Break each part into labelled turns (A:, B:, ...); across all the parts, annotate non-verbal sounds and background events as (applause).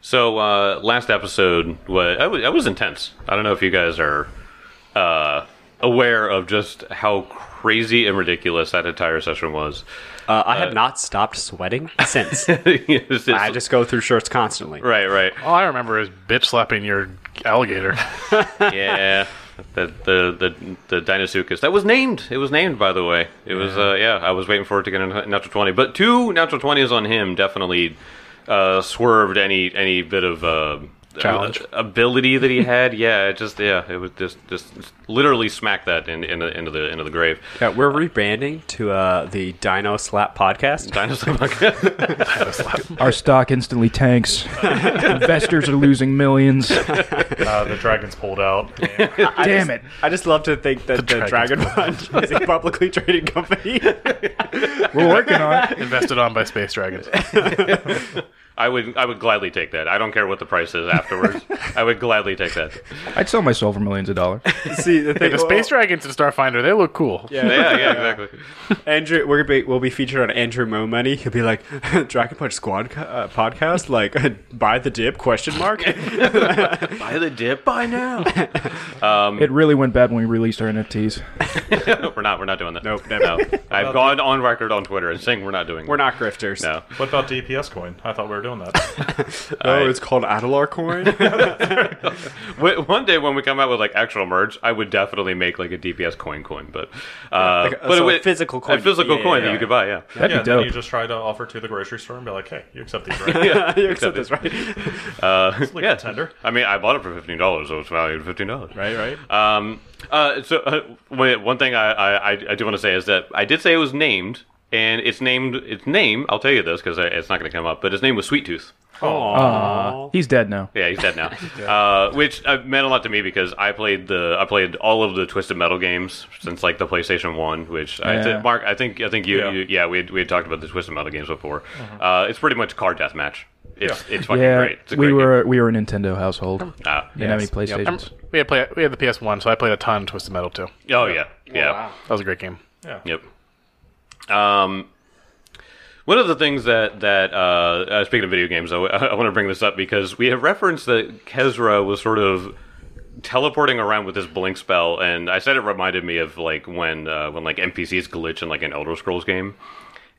A: So uh, last episode was I, was I was intense. I don't know if you guys are uh, aware of just how crazy and ridiculous that entire session was. (laughs)
B: Uh, I have not stopped sweating since. (laughs)
A: It's just-
B: I just go through shirts constantly.
A: right, right,
C: All I remember is bitch slapping your alligator.
A: yeah. The the the the Dinosuchus that was named. It was named, by the way. It was uh yeah. I was waiting for it to get a natural twenty, but two natural twenties on him definitely uh, swerved any any bit of uh,
C: Challenge.
A: uh, ability that (laughs) he had. yeah, it just yeah, it was just just literally smacked that in, in the, into the into the grave.
B: Yeah, we're rebranding to uh, the Dino Slap Podcast.
A: Dinosaur.
D: Our stock instantly tanks. Investors are
A: (laughs)
D: losing
C: (laughs)
D: millions.
C: uh, the dragons pulled out.
D: Damn it.
B: I just love to think that the, Dragon
C: Dragon
B: Punch is a publicly traded company.
D: We're working on it.
C: Invested on by space (laughs) dragons.
A: (laughs) I would I would gladly take that. I don't care what the price is (laughs) afterwards. I would gladly take that.
D: I'd sell my soul for millions of dollars.
B: See, the (laughs) thing,
C: The space
B: well,
C: dragons in Starfinder, they look cool.
B: yeah,
A: Yeah, yeah, exactly.
B: Andrew, we're gonna be, we'll be featured on Andrew Mo Money. He'll be like (laughs) Dragon Punch Squad co- uh, podcast, like (laughs) buy the dip question mark.
A: Buy the dip by now.
D: It really went bad when we released our NFTs.
A: we're not. We're not doing that.
B: Nope, never.
A: No. I've gone on record on Twitter and saying we're not doing.
B: We're not grifters.
A: No.
E: What about DPS coin? I thought we were doing that.
B: (laughs) Oh, it's called Adelar Coin.
A: Wait, One day when we come out with like actual merch, I would definitely make like a DPS coin coin, but uh,
B: like a-
A: but
B: so a
A: would-
B: physical coin.
A: a physical
B: Yeah,
A: coin
B: yeah,
A: that you
B: yeah.
A: could buy. Yeah.
D: That'd
E: yeah,
D: be
E: then
D: dope.
E: you just try to offer to the grocery store and be like, hey, you accept
D: (laughs)
E: these, right?
B: (laughs)
A: Yeah.
B: you accept this, right?
A: Uh,
E: like
A: yeah.
E: a tender.
A: I mean, I bought it for fifteen dollars, so it's valued at fifteen dollars.
E: right, right.
A: Um, uh, so uh, wait, one thing I, I, I- I do want to say is that I did say it was named, and it's named its name. I'll tell you this because it's not going to come up, but his name was Sweet Tooth.
D: Aw. Uh, He's dead now.
A: Yeah, he's dead
D: (laughs)
A: now, uh, which uh, meant a lot to me because I played the I played all of the Twisted Metal games since like the PlayStation One. Which I
D: Yeah.
A: th- Mark, I think I think you yeah,
E: Yeah.
A: you, yeah we had, we had talked about the Twisted Metal games before. Uh, it's pretty much car death match. It's it's fucking
D: Yeah,
A: great. It's a
D: we
A: great
D: were we were a Nintendo household.
A: Game. Ah,
D: Didn't have any PlayStations.
C: We had play, we had the PS One, so I played a ton of Twisted Metal too.
A: oh yeah, yeah.
C: That was a great game.
E: Yeah.
A: Yep. Um, one of the things that that uh, uh, speaking of video games, (laughs) I, want to bring this up because we have referenced that Kezra was sort of teleporting around with this blink spell, and I said it reminded me of like when uh, when like NPCs glitch in like an Elder Scrolls game.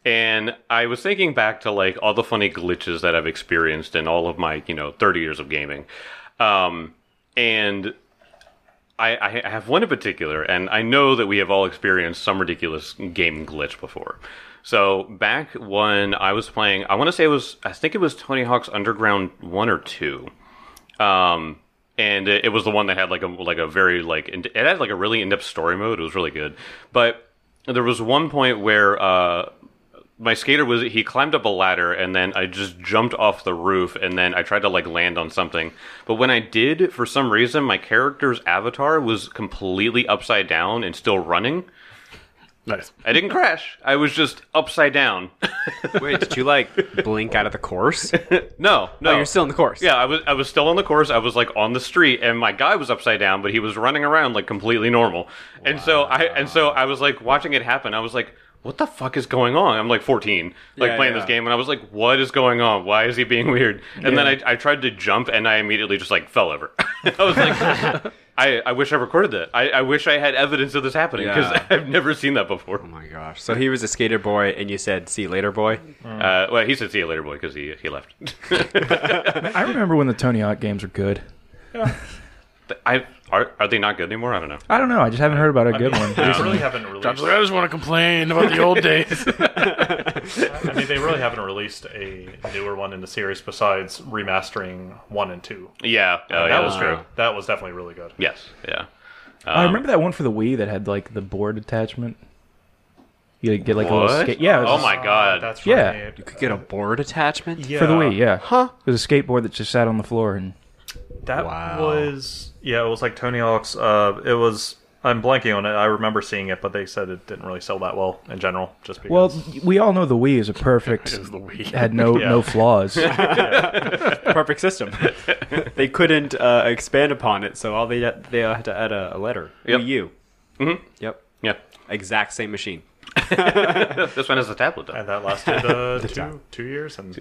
A: And I was thinking back to like all the funny glitches that I've experienced in all of my you know 30 years of gaming, um, and I, I have one in particular, and I know that we have all experienced some ridiculous game glitch before. So back when I was playing, I want to say it was, I think it was Tony Hawk's Underground one or two, um, and it, it was the one that had like a like a very like in- it had like a really in depth story mode. It was really good, but there was one point where uh, my skater was he climbed up a ladder and then I just jumped off the roof and then I tried to like land on something. But when I did, for some reason, my character's avatar was completely upside down and still running.
C: Nice.
A: I didn't crash. I was just upside down.
B: Wait, did you like blink out of the course?
A: (laughs) No, no,
B: Oh, you're still in the course.
A: Yeah, I was I was still on the course. I was like on the street, and my guy was upside down, but he was running around like completely normal. And so I and so I was like watching it happen. I was like, "What the fuck is going on?" I'm like 14, like
B: Yeah,
A: playing
B: yeah.
A: this game, and I was like, "What is going on? Why is he being weird?" And then I, I tried to jump, and I immediately just like fell over. (laughs) I was like. (laughs) I, I wish I recorded that. I, I wish I had evidence of this happening because
B: Yeah.
A: (laughs) I've never seen that before.
B: Oh my gosh. So he was a skater boy, and you said, "See you later, boy."
A: Uh, well, he said, "See you later, boy," because he he left. (laughs) Um,
D: I remember when the Tony Hawk games were good.
A: I are are they not good anymore? I don't know.
D: I don't know. I just haven't heard about a
A: (laughs)
D: good one.
E: They really haven't
C: John's
E: released.
C: like, I just want to complain about the old (laughs) days.
E: I mean, they really haven't released a newer one in the series besides remastering one and two.
A: Yeah, oh, yeah,
E: that
B: Uh,
A: that's
E: was
A: true.
E: That was definitely really good.
A: Yes. Yeah. um,
D: I remember that one for the Wii that had like the board attachment. You could get like a little
A: What?
D: skate. Yeah. it was
A: Oh
D: a-
A: my god.
E: That's
D: Yeah.
E: right.
B: You could get a board attachment.
E: Yeah.
D: For the Wii, yeah. Huh? It was a skateboard that just sat on the floor and
E: That
B: Wow.
E: was yeah, it was like Tony Hawk's. Uh, it was I'm blanking on it. I remember seeing it, but they said it didn't really sell that well in general. Just because.
D: well, we all know the Wii is
C: (laughs)
D: a perfect had no
E: Yeah.
D: no flaws.
B: perfect system. (laughs) they couldn't uh, expand upon it, so all they they had to add a, a letter.
A: Yep.
B: Wii U. Mm-hmm. Yep.
A: yeah.
B: Exact same machine.
A: This one has a tablet though. (laughs)
E: and that lasted
D: (laughs)
E: uh, two two years and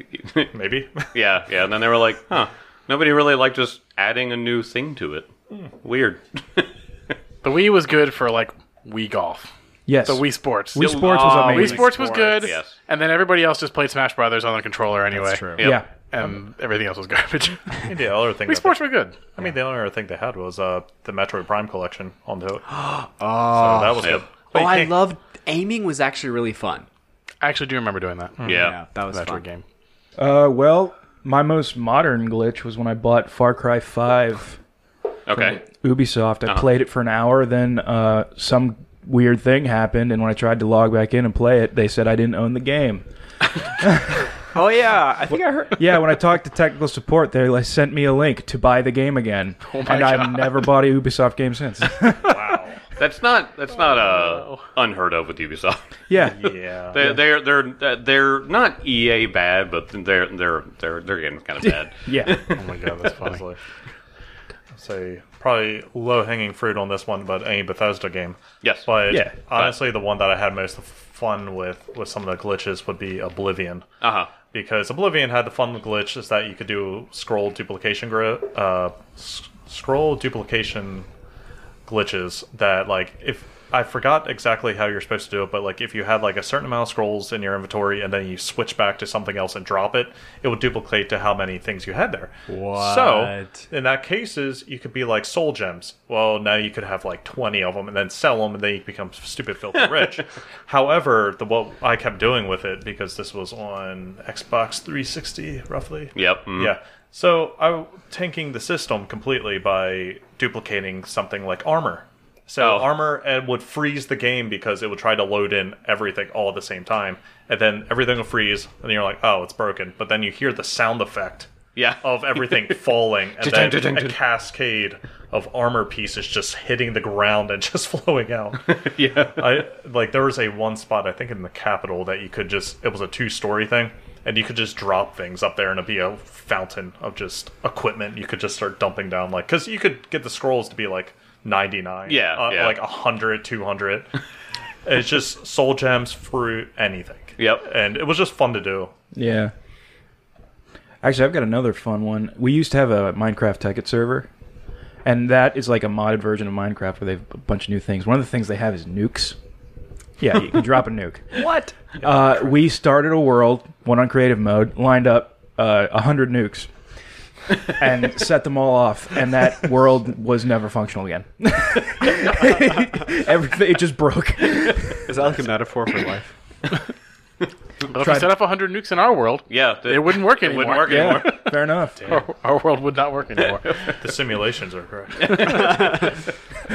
E: maybe.
A: Yeah, yeah. And then they were like, huh, nobody really liked just adding a new thing to it.
C: Hmm. (laughs)
A: Weird.
C: The Wii was good for like Wii golf,
D: (laughs) Yes.
C: the Wii Sports.
D: Wii Sports was
A: Oh, Wii
C: Wii
D: amazing.
C: Sports was good,
A: yes.
C: and then everybody else just played Smash Brothers on their controller anyway.
B: That's true.
A: Yep.
D: Yeah.
C: And everything else was (laughs) garbage.
E: I mean, (laughs) the other thing.
C: Wii
E: that
C: Sports were good.
E: they- I mean, the only other thing they had was uh, the Metroid Prime collection on the hook. Oh,
B: Oh,
E: that was
A: Yeah.
E: good. But
B: oh
E: you
B: I
E: can't-
B: loved aiming was actually really fun.
C: I actually do remember doing that.
A: Yeah.
B: Yeah, that was
C: Metroid
B: fun.
C: game.
D: Uh, well, my most modern glitch was when I bought Far Cry 5
A: Okay.
D: Ubisoft. I played it for an hour, then uh, some weird thing happened, and when I tried to log back in and play it, they said I didn't own the game.
B: Oh yeah, I think I heard.
D: Yeah, when I talked to technical support, they like, sent me a link to buy the game again, and I've never bought a Ubisoft game since. (laughs)
A: That's not that's not uh,
C: Oh,
A: unheard of with
C: (laughs)
A: Ubisoft.
D: yeah,
E: Yeah.
A: They, They're they're they're not EA bad, but they're they're they're they're getting kind of
C: (laughs)
A: bad.
D: yeah.
C: Oh my god, that's funny.
E: Honestly. Say probably low hanging fruit on this one, but any Bethesda game.
A: Yes.
E: But
D: Yeah.
E: honestly, the one that I had most fun with with some of the glitches would be Oblivion.
A: Uh huh.
E: because Oblivion had the fun glitch is that you could do scroll duplication gri- uh, s- scroll duplication glitches that like if I forgot exactly how you're supposed to do it, but like if you had like a certain amount of scrolls in your inventory and then you switch back to something else and drop it, it would duplicate to how many things you had there. So
B: What?
E: in that cases, you could be like soul gems. Well, now you could have like twenty of them and then sell them, and then you become stupid filthy rich. However, the what I kept doing with it because this was on Xbox 360 roughly.
A: Yep. mhm.
E: Yeah. So I w- tanking the system completely by duplicating something like armor. So
A: Oh.
E: armor uh, would freeze the game because it would try to load in everything all at the same time, and then everything will freeze, and you're like, oh, it's broken. But then you hear the sound effect
A: Yeah.
E: of everything
A: (laughs)
E: falling, and
A: Cha-ching,
E: then
A: cha-ching,
E: a
A: cha-ching.
E: cascade of armor pieces just hitting the ground and (laughs) just flowing out.
A: Yeah.
E: I like there was a one spot I think in the capital that you could just it was a two story thing and you could just drop things up there and it'd be a fountain of just equipment you could just start dumping down like because you could get the scrolls to be like 99
A: Yeah,
E: uh,
A: yeah.
E: like 100 200 it's
A: (laughs)
E: just soul gems fruit anything
A: Yep.
E: and it was just fun to do
D: Yeah. Actually, I've got another fun one. We used to have a Minecraft Tekkit server, and that is like a modded version of Minecraft where they have a bunch of new things. One of the things they have is nukes. Yeah, you can drop a (laughs) nuke.
B: What?
D: Uh, we started a world, went on creative mode, lined up uh, 100 nukes,
B: (laughs)
D: (laughs) and set them all off, and that world was never functional (laughs) again. Everything, it just broke.
B: Is that like a metaphor for life?
C: But if
D: Tried-
C: we set up 100 nukes in our world,
A: Yeah.
C: it wouldn't work anymore.
A: wouldn't work
D: Yeah,
A: anymore.
D: fair enough.
C: (laughs) Our, our world would not
A: (laughs)
C: work anymore.
E: the simulations are correct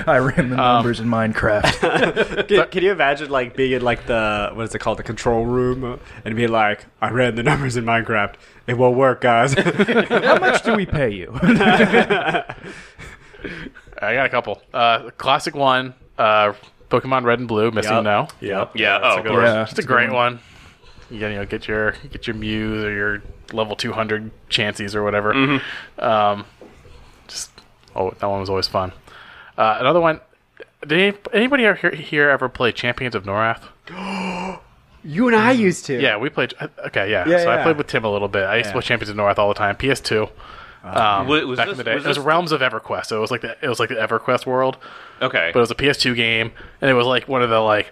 D: I ran the numbers in
B: (laughs)
D: Minecraft. (laughs)
B: Can, can you imagine like being in like the what is it called the control room and be like, I ran the numbers in Minecraft. It won't work, (laughs) guys.
D: How much do we pay you?
C: I got a couple. Uh, classic one, uh, Pokemon Red and Blue, missing
B: Yep.
C: now.
E: yeah
A: Yeah,
E: that's
A: oh,
E: a
A: of
E: good
A: course.
E: one.
D: Yeah.
C: It's a great one. You gotta you know, get your get your Mews or your level 200 Chanseys or whatever.
A: Mm-hmm.
C: Um, just oh, that one was always fun. Uh, another one. Did any, anybody here, here ever play Champions of Norath?
B: you and I used to.
C: Yeah, we played. uh, Okay, yeah.
B: Yeah,
C: so
B: yeah.
C: I played with Tim a little bit. I used
B: Yeah.
C: to play Champions of North all the time. PS2. Um,
A: Wa- was
C: back
A: this-
C: in the day,
A: was
C: it was
A: this-
C: Realms of EverQuest. So it was like the it was like the EverQuest world,
A: Okay.
C: but it was a PS2 game, and it was like one of the like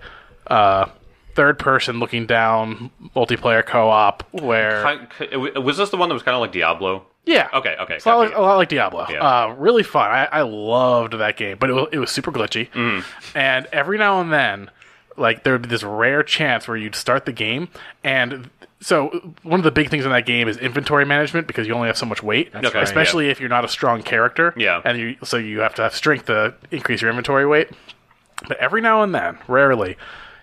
C: uh, third person looking down multiplayer co op where
A: Kind- was this the one that was kind of like Diablo?
C: yeah.
A: Okay, okay,
C: It's a lot
A: gotcha,
C: like, a lot like Diablo.
A: Yeah.
C: Uh, really fun. I, I loved that game, but it was, it was super glitchy.
A: Mm.
C: And every now and then, like, there would be this rare chance where you'd start the game. And so, one of the big things in that game is inventory management because you only have so much weight,
A: Okay, right,
C: especially if you're not a strong character.
A: Yeah.
C: And you, so, you have to have strength to increase your inventory weight. But every now and then, rarely,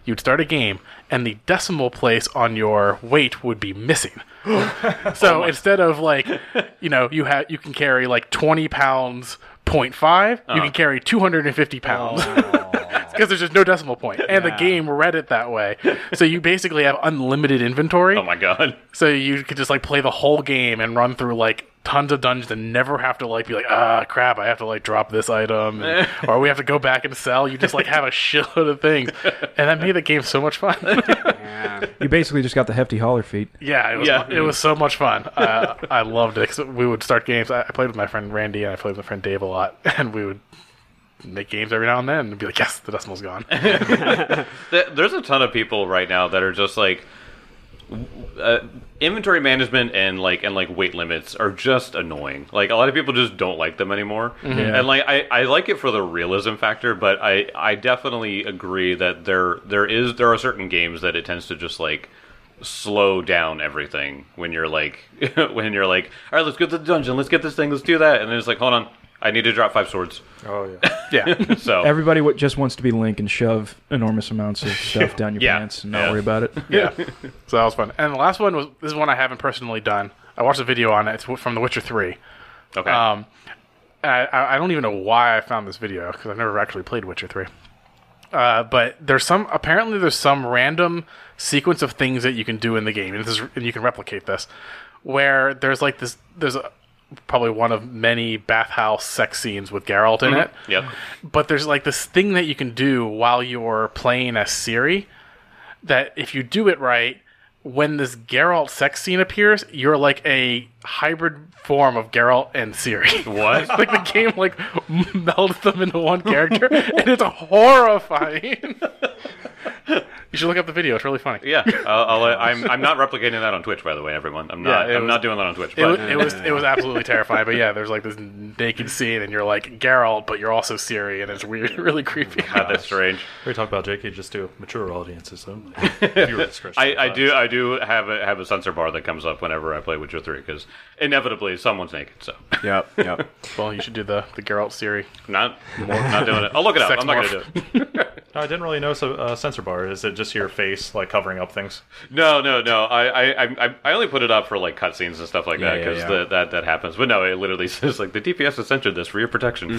C: you'd start a game and the decimal place on your weight would be missing.
A: Oh
C: so instead of like,
A: (laughs)
C: you know, you have you can carry like twenty pounds. 0.5, you
A: Uh.
C: can carry 250 pounds
A: Oh.
C: (laughs) because there's just no decimal point. And the game read it that way. So you basically have unlimited inventory.
A: Oh my god.
C: So you could just like play the whole game and run through like tons of dungeons and never have to like be like ah crap I have to like drop this
A: (laughs)
C: item and- or we have to go back and sell. You just like have a shitload of things, and that made the game so much fun. (laughs)
D: You basically just got the hefty holler feet.
C: Yeah, it was,
A: Yeah.
C: it was so much fun. Uh, I loved it. 'cause we would start games. I I played with my friend Randy and I played with my friend Dave a lot, (laughs) and we would make games every now and then and be like, "Yes, the decimal's gone."
A: Th- There's a ton of people right now that are just like uh, inventory management and like and like weight limits are just annoying. Like a lot of people just don't like them anymore. And like I, I like it for the realism factor, but I I definitely agree that there there is there are certain games that it tends to just like slow down everything when you're like (laughs) when you're like all right let's go to the dungeon let's get this thing let's do that and then it's like hold on I need to drop five swords
E: (laughs) Oh yeah.
C: yeah,
A: so
D: Everybody w- just wants to be Link and shove enormous amounts
A: (laughs)
D: of stuff down your
A: Yeah.
D: pants and not
A: Yeah.
D: worry about it.
C: yeah. So that was fun. And the last one was this is one I haven't personally done. I watched a video on it. It's from The Witcher Three.
A: okay
C: Um, I- I, I don't even know why I found this video because I've never actually played Witcher Three. Uh, but there's some apparently there's some random sequence of things that you can do in the game, and this is, and you can replicate this, where there's like this there's a, probably one of many bathhouse sex scenes with Geralt in it.
A: yeah
C: But there's like this thing that you can do while you're playing as Siri that if you do it right, when this Geralt sex scene appears, you're like a hybrid form of Geralt and Siri. (laughs)
A: what
C: like the game like (laughs) melds them into one character (laughs) and it's horrifying. you should look up the video, it's really funny.
A: Yeah, I'll, I'll, I'm I'm not replicating that on Twitch, by the way, everyone. I'm not
C: Yeah, it
A: I'm
C: was-
A: not doing that on Twitch.
C: It, was,
A: But
C: it was it was absolutely terrifying, but yeah, there's like this naked scene, and you're like Geralt, but you're also Siri, and it's weird, (laughs) really creepy.
A: God, that's strange.
E: We talk about JK just to mature audiences
A: (laughs)
E: only. Viewer discretion
A: I, I do
E: advised.
A: I do have a have a sensor bar that comes up whenever I play Witcher Three because inevitably someone's naked. So (laughs)
B: Yep, yep.
C: Well, you should do the the Geralt Siri.
A: not more, not doing it. I'll look it up.
C: Sex
A: I'm not
C: morph.
A: gonna do it.
E: No, I didn't really notice a, a sensor bar. Is it just your face like covering up things?
A: No, no, no. I I I, I only put it up for like cutscenes and stuff like
B: yeah,
A: that because
B: yeah.
A: that that happens. But no, it literally (laughs) says like the DPS has censored this for your protection.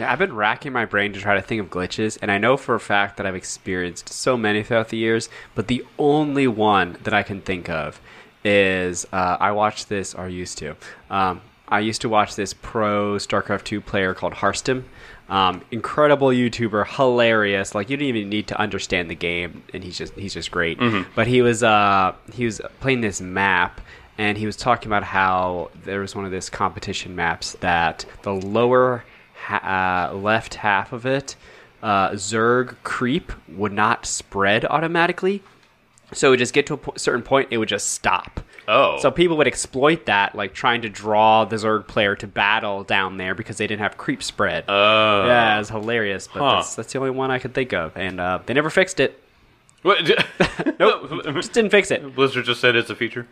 F: Yeah, I've been racking my brain to try to think of glitches, and I know for a fact that I've experienced so many throughout the years, but the only one that I can think of is uh, I watched this, or used to. Um, I used to watch this pro StarCraft 2 player called Harstim. Um, incredible YouTuber, hilarious. Like you don't even need to understand the game, and he's just he's just great. But he was uh, he was playing this map, and he was talking about how there was one of this competition maps that the lower ha- uh, left half of it, uh, Zerg creep would not spread automatically. So it would just get to a po- certain point, it would just stop.
A: (laughs) Oh.
F: So people would exploit that, like trying to draw the Zerg player to battle down there because they didn't have creep spread.
A: Uh,
F: yeah, it was hilarious, but
A: Huh.
F: that's, that's the only one I could think of. And uh, they never fixed it.
A: what, (laughs)
F: Nope. Just didn't fix it.
A: Blizzard just said it's a feature.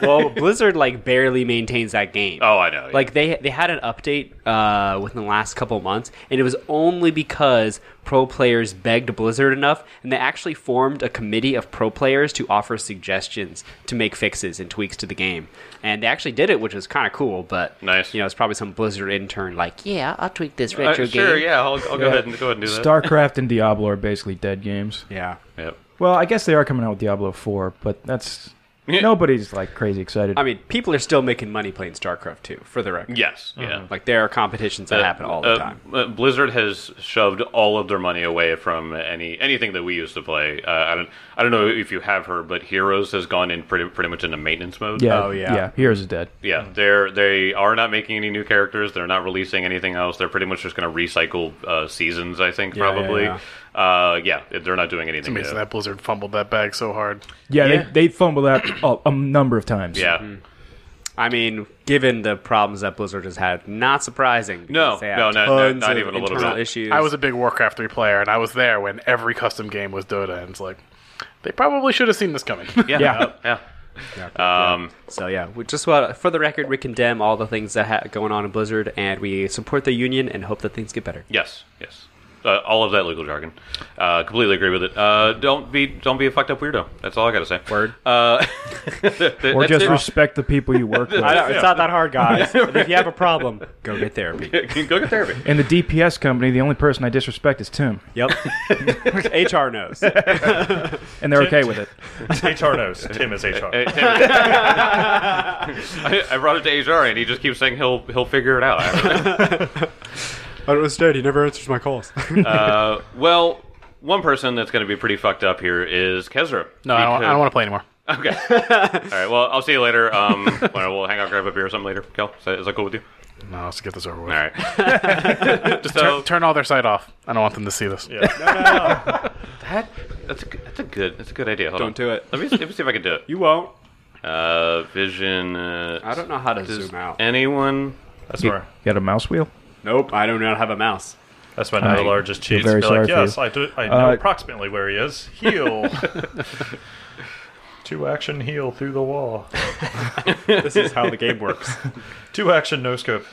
F: Well, Blizzard, like, barely maintains that game.
A: Oh, I know. yeah.
F: Like they they had an update uh, within the last couple of months, and it was only because pro players begged Blizzard enough, and they actually formed a committee of pro players to offer suggestions to make fixes and tweaks to the game. And they actually did it, which was kind of cool. But
A: Nice.
F: you know, it's probably some Blizzard intern like, yeah, I'll tweak this retro
A: Uh, sure.
F: game.
A: Yeah, I'll, I'll go ahead and go ahead and do that.
D: StarCraft and Diablo are basically dead games.
F: Yeah.
A: Yep.
D: Well, I guess they are coming out with Diablo 4, but that's nobody's like crazy excited.
F: I mean, people are still making money playing StarCraft 2, for the record.
A: Yes. Yeah.
F: Mm-hmm. Like there are competitions that happen all the
A: Uh,
F: time.
A: uh, Blizzard has shoved all of their money away from any anything that we used to play. Uh, I don't I don't know if you have heard, but Heroes has gone in pretty pretty much into maintenance mode.
D: yeah,
F: oh, yeah.
D: yeah. Heroes is dead.
A: yeah. They're they are not making any new characters. They're not releasing anything else. They're pretty much just going to recycle uh, seasons. I think
F: yeah,
A: probably.
F: yeah.
A: Uh, yeah, they're not doing anything.
C: Amazing
A: new.
C: that Blizzard fumbled that bag so hard.
D: Yeah,
F: Yeah.
D: They, they fumbled that a, a number of times.
A: Yeah.
F: Mm-hmm. I mean, given the problems that Blizzard has had, not surprising.
A: No,
F: because they have
A: no, no, no,
F: tons
A: not
F: of
A: even a little
F: internal
A: bit.
F: Issues.
C: I was a big Warcraft 3 player, and I was there when every custom game was Dota, and it's like, they probably should have seen this coming.
A: Yeah.
D: Yeah.
A: Yeah. Um,
F: So yeah, we just want, for the record, we condemn all the things that ha- going on in Blizzard, and we support the union and hope that things get better.
A: yes. Yes. uh, all of that legal jargon. Uh, completely agree with it. Uh, don't be don't be a fucked up weirdo. That's all I got to say. Word.
C: (laughs)
A: Uh, (laughs)
D: Or
A: that's
D: just
A: it.
D: respect the people
A: (laughs)
D: you work with.
B: I know, it's not that hard, guys. And if you have a problem, go get therapy.
A: (laughs) go get therapy.
D: In the DPS company, the only person I disrespect is Tim,
A: (laughs)
B: Yep. HR knows.
D: and they're okay with it.
E: HR knows. Tim is HR.
A: Hey, Tim. I, I brought it to HR, and he just keeps saying he'll he'll figure it out.
B: I don't understand. He never answers my
F: (laughs)
B: calls.
A: Uh, well, one person that's going to be pretty fucked up here is Kezra.
C: No, I don't, I don't want to play anymore.
A: Okay. (laughs) All right. Well, I'll see you later. Um, (laughs) well, we'll hang out, grab a beer or something later. Kel, is that, is that cool with you?
C: No, let's get this over with.
A: All
C: (laughs)
A: right. (laughs)
C: Just
A: So-
C: turn, turn all their side off. I don't want them to see this.
E: Yeah.
A: That that's a, g- that's a good that's a good idea. Hold
B: Don't
A: on.
B: do it.
A: Let me let me see if I can do it.
B: you won't.
A: Uh, vision. Uh,
F: I don't know how to
A: does
F: zoom out.
A: Anyone?
E: That's
D: You
E: where.
D: got a mouse wheel?
B: Nope, I do not have a mouse.
E: That's when Adelar just cheats.
D: very
E: and be like,
D: sorry for
E: yes,
D: you.
E: I do. I know
D: Uh,
E: approximately where he is. Heal. Two action heal through the wall.
B: (laughs) This is how the game works.
E: (laughs) Two action no scope.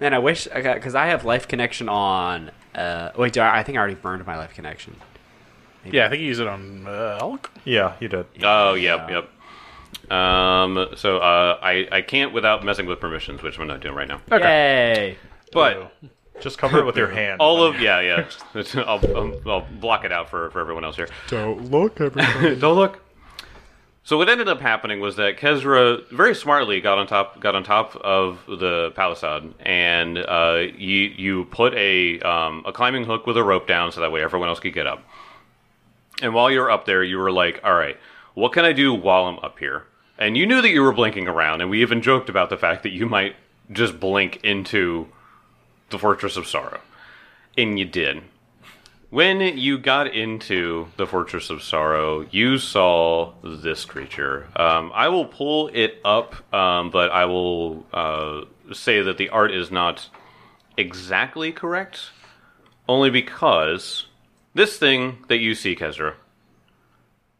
F: Man, I wish I got because I have life connection on. Uh, wait, do I, I think I already burned my life connection.
C: Yeah, I think you use it on uh, elk.
E: Yeah, you did.
A: Oh, yep, yep. Um, so uh, I I can't without messing with permissions, which I'm not doing right now.
F: Okay. Oh.
A: But
E: Just cover it with your hand.
A: all of yeah, yeah. (laughs) I'll, I'll, I'll block it out for for everyone else here.
B: Don't look,
A: (laughs)
B: everybody.
A: Don't look. So what ended up happening was that Kezra very smartly got on top got on top of the palisade, and uh, you you put a um, a climbing hook with a rope down so that way everyone else could get up. And while you were up there, you were like, "All right, what can I do while I'm up here?" And you knew that you were blinking around, and we even joked about the fact that you might just blink into the Fortress of Sorrow, and you did. When you got into the Fortress of Sorrow, you saw this creature. Um, I will pull it up, um, but I will uh, say that the art is not exactly correct, only because this thing that you see, Kezra,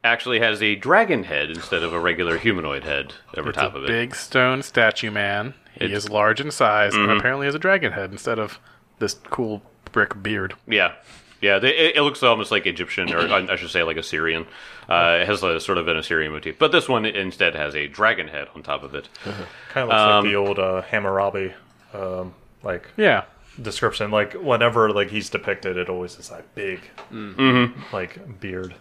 A: actually has a dragon head instead of a regular humanoid head over
C: It's
A: top
C: a
A: of it.
C: big stone statue man. He
A: It's-
C: is large in size and apparently has a dragon head instead of this cool brick beard.
A: Yeah, yeah. They, it, it looks almost like Egyptian, or I I should say, like Assyrian. Uh, it has a sort of an Assyrian motif, but this one instead has a dragon head on top of it.
E: kind of looks like the old uh, Hammurabi, um, like
C: Yeah,
E: description. Like whenever like he's depicted, it always is like big, like beard.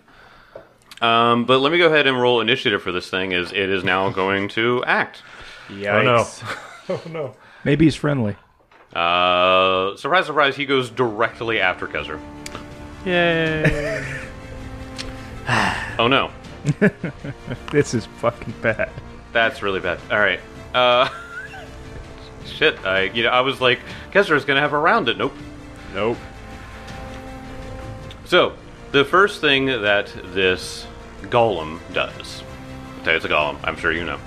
A: Um, but let me go ahead and roll initiative for this thing. Is it is now going to act?
B: Yikes.
E: Oh no! oh no! (laughs)
D: Maybe he's friendly.
A: Uh, surprise, surprise! He goes directly after Kezzer.
C: yay!
A: Oh no,
D: This is fucking bad.
A: that's really bad. All right. Uh, (laughs) shit. I you know I was like Kezra's gonna have a round it. Nope.
B: Nope.
A: So, the first thing that this golem does, I'll tell you it's a golem, I'm sure you know.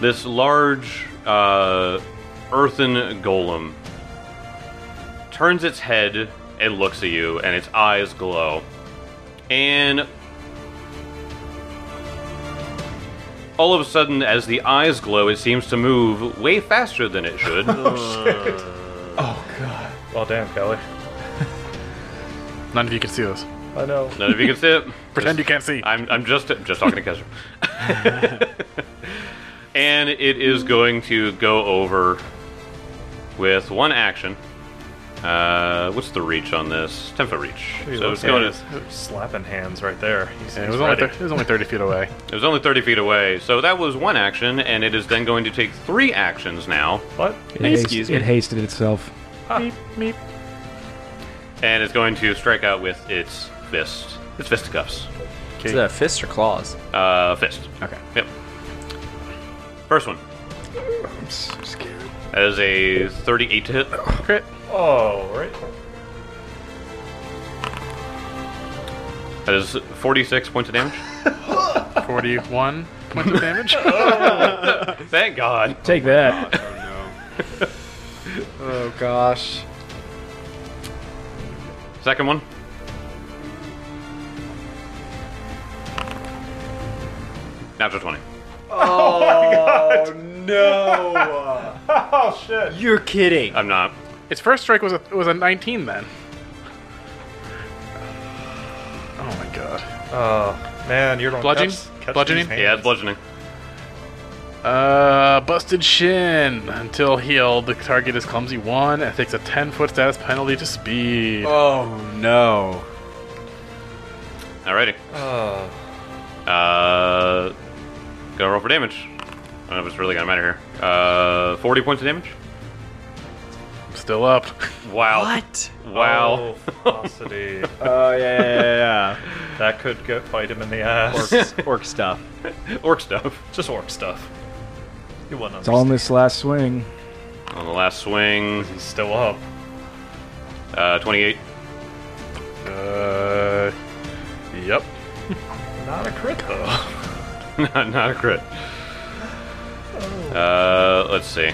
A: This large uh, earthen golem turns its head and looks at you, and its eyes glow. And all of a sudden, as the eyes glow, it seems to move way faster than it should.
E: Well, damn, Kelly.
C: None of you can see this.
E: I know.
A: None of you can see it.
C: Pretend you can't see.
A: I'm, I'm just just talking to Kesher. and it is going to go over with one action. Uh, what's the reach on this? Ten foot reach. So it's going. To,
E: slapping hands right there. He's,
C: Yeah, it,
E: he's
C: was only
E: ready.
C: thir- it was only 30 feet away.
A: it was only thirty feet away. So that was one action, and it is then going to take three actions now,
E: What?
D: It, has-
F: excuse me.
D: it hasted itself.
A: and it's going to strike out with its fist. Its fisticuffs.
F: Is that fists or claws?
A: Uh, fist.
F: Okay.
A: Yep. First one. That is a thirty-eight to hit.
C: Crit.
E: Oh, right.
A: That is forty-six points of damage.
C: 41 points of damage.
A: Thank God.
D: Take that.
B: Oh gosh.
A: Second one. Natural 20.
B: No.
E: Oh shit! Oh,
B: You're kidding.
A: I'm not.
C: Its first strike was a, was a 19 then. Oh my god.
E: Uh, man, you're the one
C: Bludgeon?
E: catch- catch these
C: Bludgeoning?
E: hands.
A: Yeah, it's bludgeoning.
C: Uh, busted shin. Until healed, the target is clumsy one and takes a 10 foot status penalty to speed.
B: Oh no.
A: Alrighty.
E: Uh,
A: Uh, gonna roll for damage. I don't know if it's really gonna matter here. Uh, 40 points of damage.
C: Still up.
A: Wow.
G: What?
A: Wow.
E: (laughs) oh,
A: (laughs)
E: ferocity.
B: Oh yeah, yeah, yeah,
E: that could go fight him in the ass.
B: yeah. Orc stuff.
A: Orc stuff.
E: (laughs) Just orc stuff. You wouldn't
D: It's all in
E: understand.
D: this last swing.
A: On the last swing,
E: He's still up.
A: uh, 28.
C: Uh, yep.
E: (laughs) Not a crit though.
A: (laughs)
E: (laughs)
A: not, not a crit. Uh, let's see.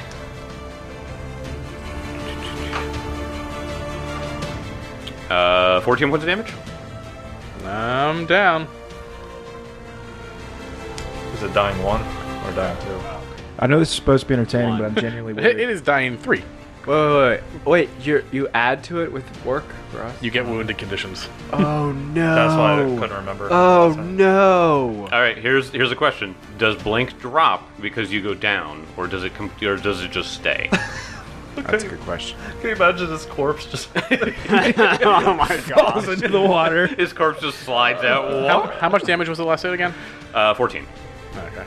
A: Uh, 14 points of damage.
C: I'm down.
E: Is it dying one or dying two?
D: I know this is supposed to be entertaining, but I'm genuinely
C: It, (laughs)
D: worried.
C: it is dying three.
F: Wait, wait, wait. Wait, you you add to it with work for us?
C: You get wounded conditions.
F: Oh no.
E: That's why I couldn't remember.
F: Oh no.
A: All right, here's here's a question: Does blank drop because you go down, or does it com- or does it just (laughs) stay?
B: That's a good question.
E: Can you imagine this corpse
D: (laughs)
E: just?
F: (laughs)
E: (laughs)
F: oh my god.
A: into the water. His corpse just slides
C: How,
A: out.
C: how much damage was the last hit again?
A: Uh, 14.
C: Okay. Well,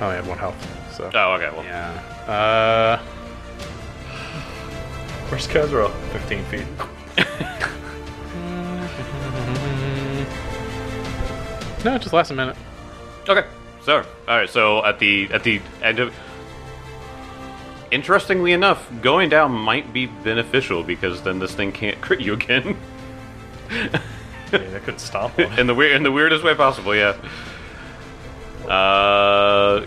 C: I only have one health, so.
A: Oh, okay. Well,
C: Yeah. Uh,
E: Where's Kezra? Fifteen feet.
C: no, just last a minute.
A: Okay. So, all right. So at the at the end of, interestingly enough, going down might be beneficial because then this thing can't (laughs) crit you again
E: I mean, it could stop him.
B: (laughs)
A: in the weir- in the weirdest way possible. Yeah. Uh.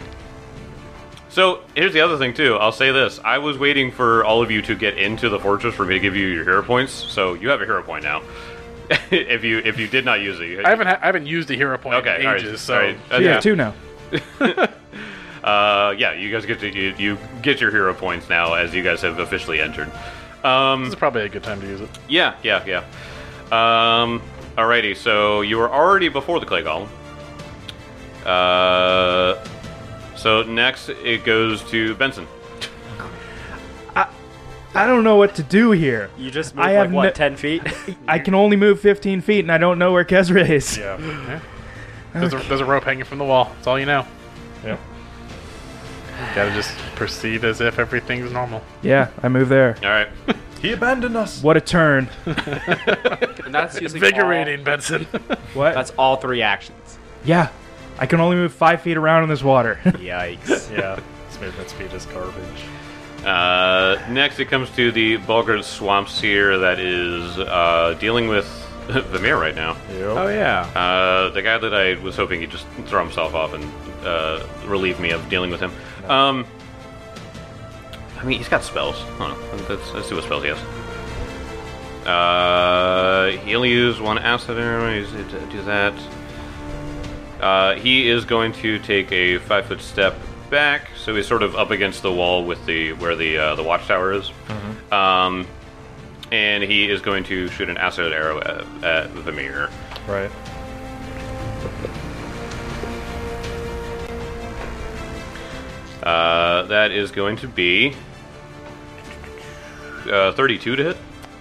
A: So here's the other thing too. I'll say this: I was waiting for all of you to get into the fortress for me to give you your hero points. So you have a hero point now. (laughs) if you if you did not use it, you-
C: I haven't ha- I haven't used a hero point
A: okay.
C: in
A: all right,
C: ages, so.
A: all right,
D: So
B: Oh,
D: you
A: yeah.
D: have two now.
A: Uh, yeah, you guys get to you, you get your hero points now as you guys have officially entered. Um,
C: This is probably a good time to use it.
A: yeah, yeah, yeah. Um, alrighty, so you were already before the clay golem. Uh, so next it goes to Benson.
D: I don't know what to do here.
G: You just
D: I
G: moved
D: have
G: like what,
D: no-
G: ten feet?
D: I can only move 15 feet, and I don't know where Kesra is.
E: Yeah.
C: There's, a, there's a rope hanging from the wall. That's all you know.
E: Yeah.
C: Gotta just proceed as if everything's normal.
D: (laughs) Yeah, I move there.
A: All right,
E: He abandoned us.
D: What a turn.
F: And (laughs) that's using
C: Invigorating, Benson. (laughs)
D: What?
F: All, that's all three actions.
D: yeah. I can only move five feet around in this water. (laughs)
F: Yikes.
E: Yeah. His movement speed is garbage.
A: uh, next it comes to the Bulgar Swamp Seer that is uh, dealing with (laughs) Vimir right now.
B: Oh yeah.
A: Uh, the guy that I was hoping he'd just throw himself off and uh, relieve me of dealing with him. Um, I mean, he's got spells. Hold on. Let's, let's see what spells he has. Uh, he only used one acid arrow. He's to do that. Uh, he is going to take a five foot step back, so he's sort of up against the wall with the where the uh, the watchtower is. Um, and he is going to shoot an acid arrow at, at Vimir.
E: Right.
A: Uh, that is going to be uh, 32 to hit.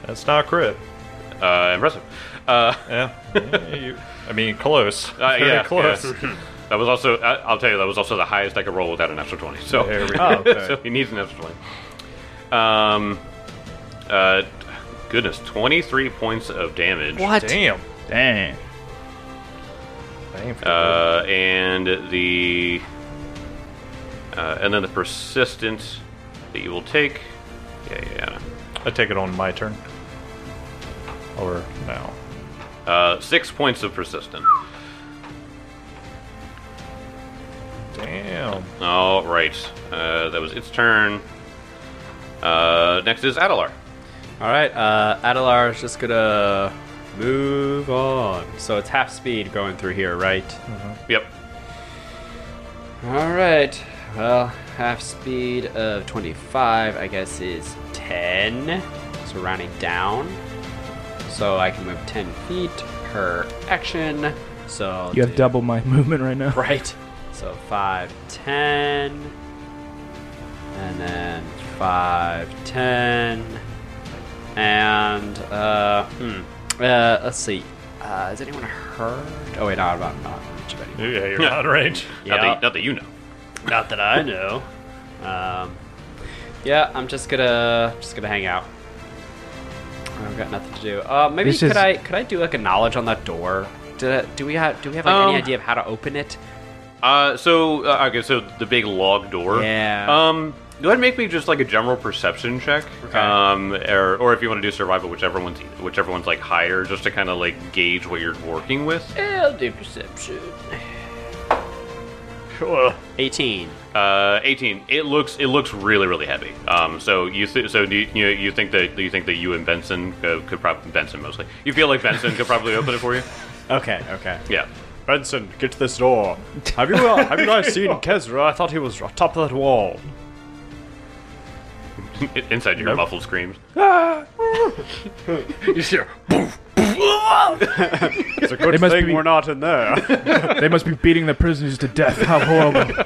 E: That's not a crit.
A: Uh, impressive. Uh, (laughs)
E: Yeah. Yeah, (laughs) you- I mean, close.
A: uh,
E: (laughs) Very
A: yeah,
E: close.
A: yeah. that was also, I, I'll tell you, that was also the highest I could roll without an extra 20. So, (laughs)
E: There we
B: Oh, okay.
A: so he needs an extra 20. Um, uh, goodness, 23 points of damage.
G: what?
E: Damn.
D: Dang.
E: Damn.
A: Uh, and the uh, and then the persistent that you will take. Yeah, yeah,
E: I take it on my turn. Or now.
A: yeah. Uh, six points of persistent.
E: Damn.
A: All right, uh, that was its turn. Uh, next is Adelar.
F: all right. Uh, Adelar is just gonna move on. So it's half speed going through here, right?
D: Hmm.
A: Yep.
F: All right. Well, half speed of 25, I guess, is 10. 10. So rounding down. So I can move 10 feet per action. So I'll
D: You have
F: do-
D: double my (laughs) movement right now.
F: Right. So 5, 10. And then 5, 10. And, uh, hmm. Uh, let's see. Uh, is anyone hurt? Oh, wait, no, I'm not, not in reach of anyone.
E: Yeah, you're not in range.
A: Not,
F: Yeah.
A: that, not that you know.
F: Not that I know. Um, yeah, I'm just gonna just gonna hang out. I've got nothing to do. Uh, maybe
D: This
F: could
D: is-
F: I could I do like a knowledge on that door? Do, do we have do we have like,
A: Um,
F: any idea of how to open it?
A: Uh, so uh, okay, so the big log door.
F: Yeah.
A: Um, go ahead and make me just like a general perception check.
F: Okay.
A: Um, or, or if you want to do survival, whichever one's e, whichever one's like higher, just to kind of like gauge what you're working with.
F: I'll do perception.
E: Ugh.
F: Eighteen.
A: Uh, 18. It looks it looks really really heavy. Um, so you th- so do you, you, know, you think that you think that you and Benson uh, could probably Benson mostly. You feel like Benson could probably open it for
F: (laughs)
A: you.
B: (laughs) Okay, okay.
A: Yeah.
B: Benson, get to this door. Have you uh, have you
E: (laughs)
B: guys seen Kezra? I thought he was atop that wall.
A: Inside your muffled screams.
C: You see her,
B: It's a good
D: It must
B: thing
D: be-
B: we're not in there.
D: They must be beating the prisoners to death. How horrible.
A: Uh,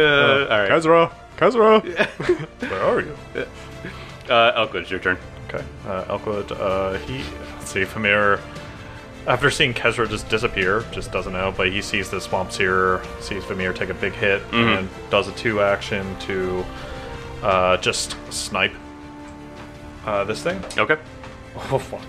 A: all
B: (laughs)
A: right.
B: Kezra, Kezra.
E: (laughs) Where are you?
A: Uh, Elkwood, it's your turn.
E: Okay. Uh, Elkwood, uh, he. Let's see, Famir, after seeing Kezra just disappear, just doesn't know, but he sees the swamp seer, sees Famir take a big hit,
A: Mm-hmm.
E: and does a two action to uh, just snipe uh, this thing. (laughs)
A: Okay.
E: Oh, fuck.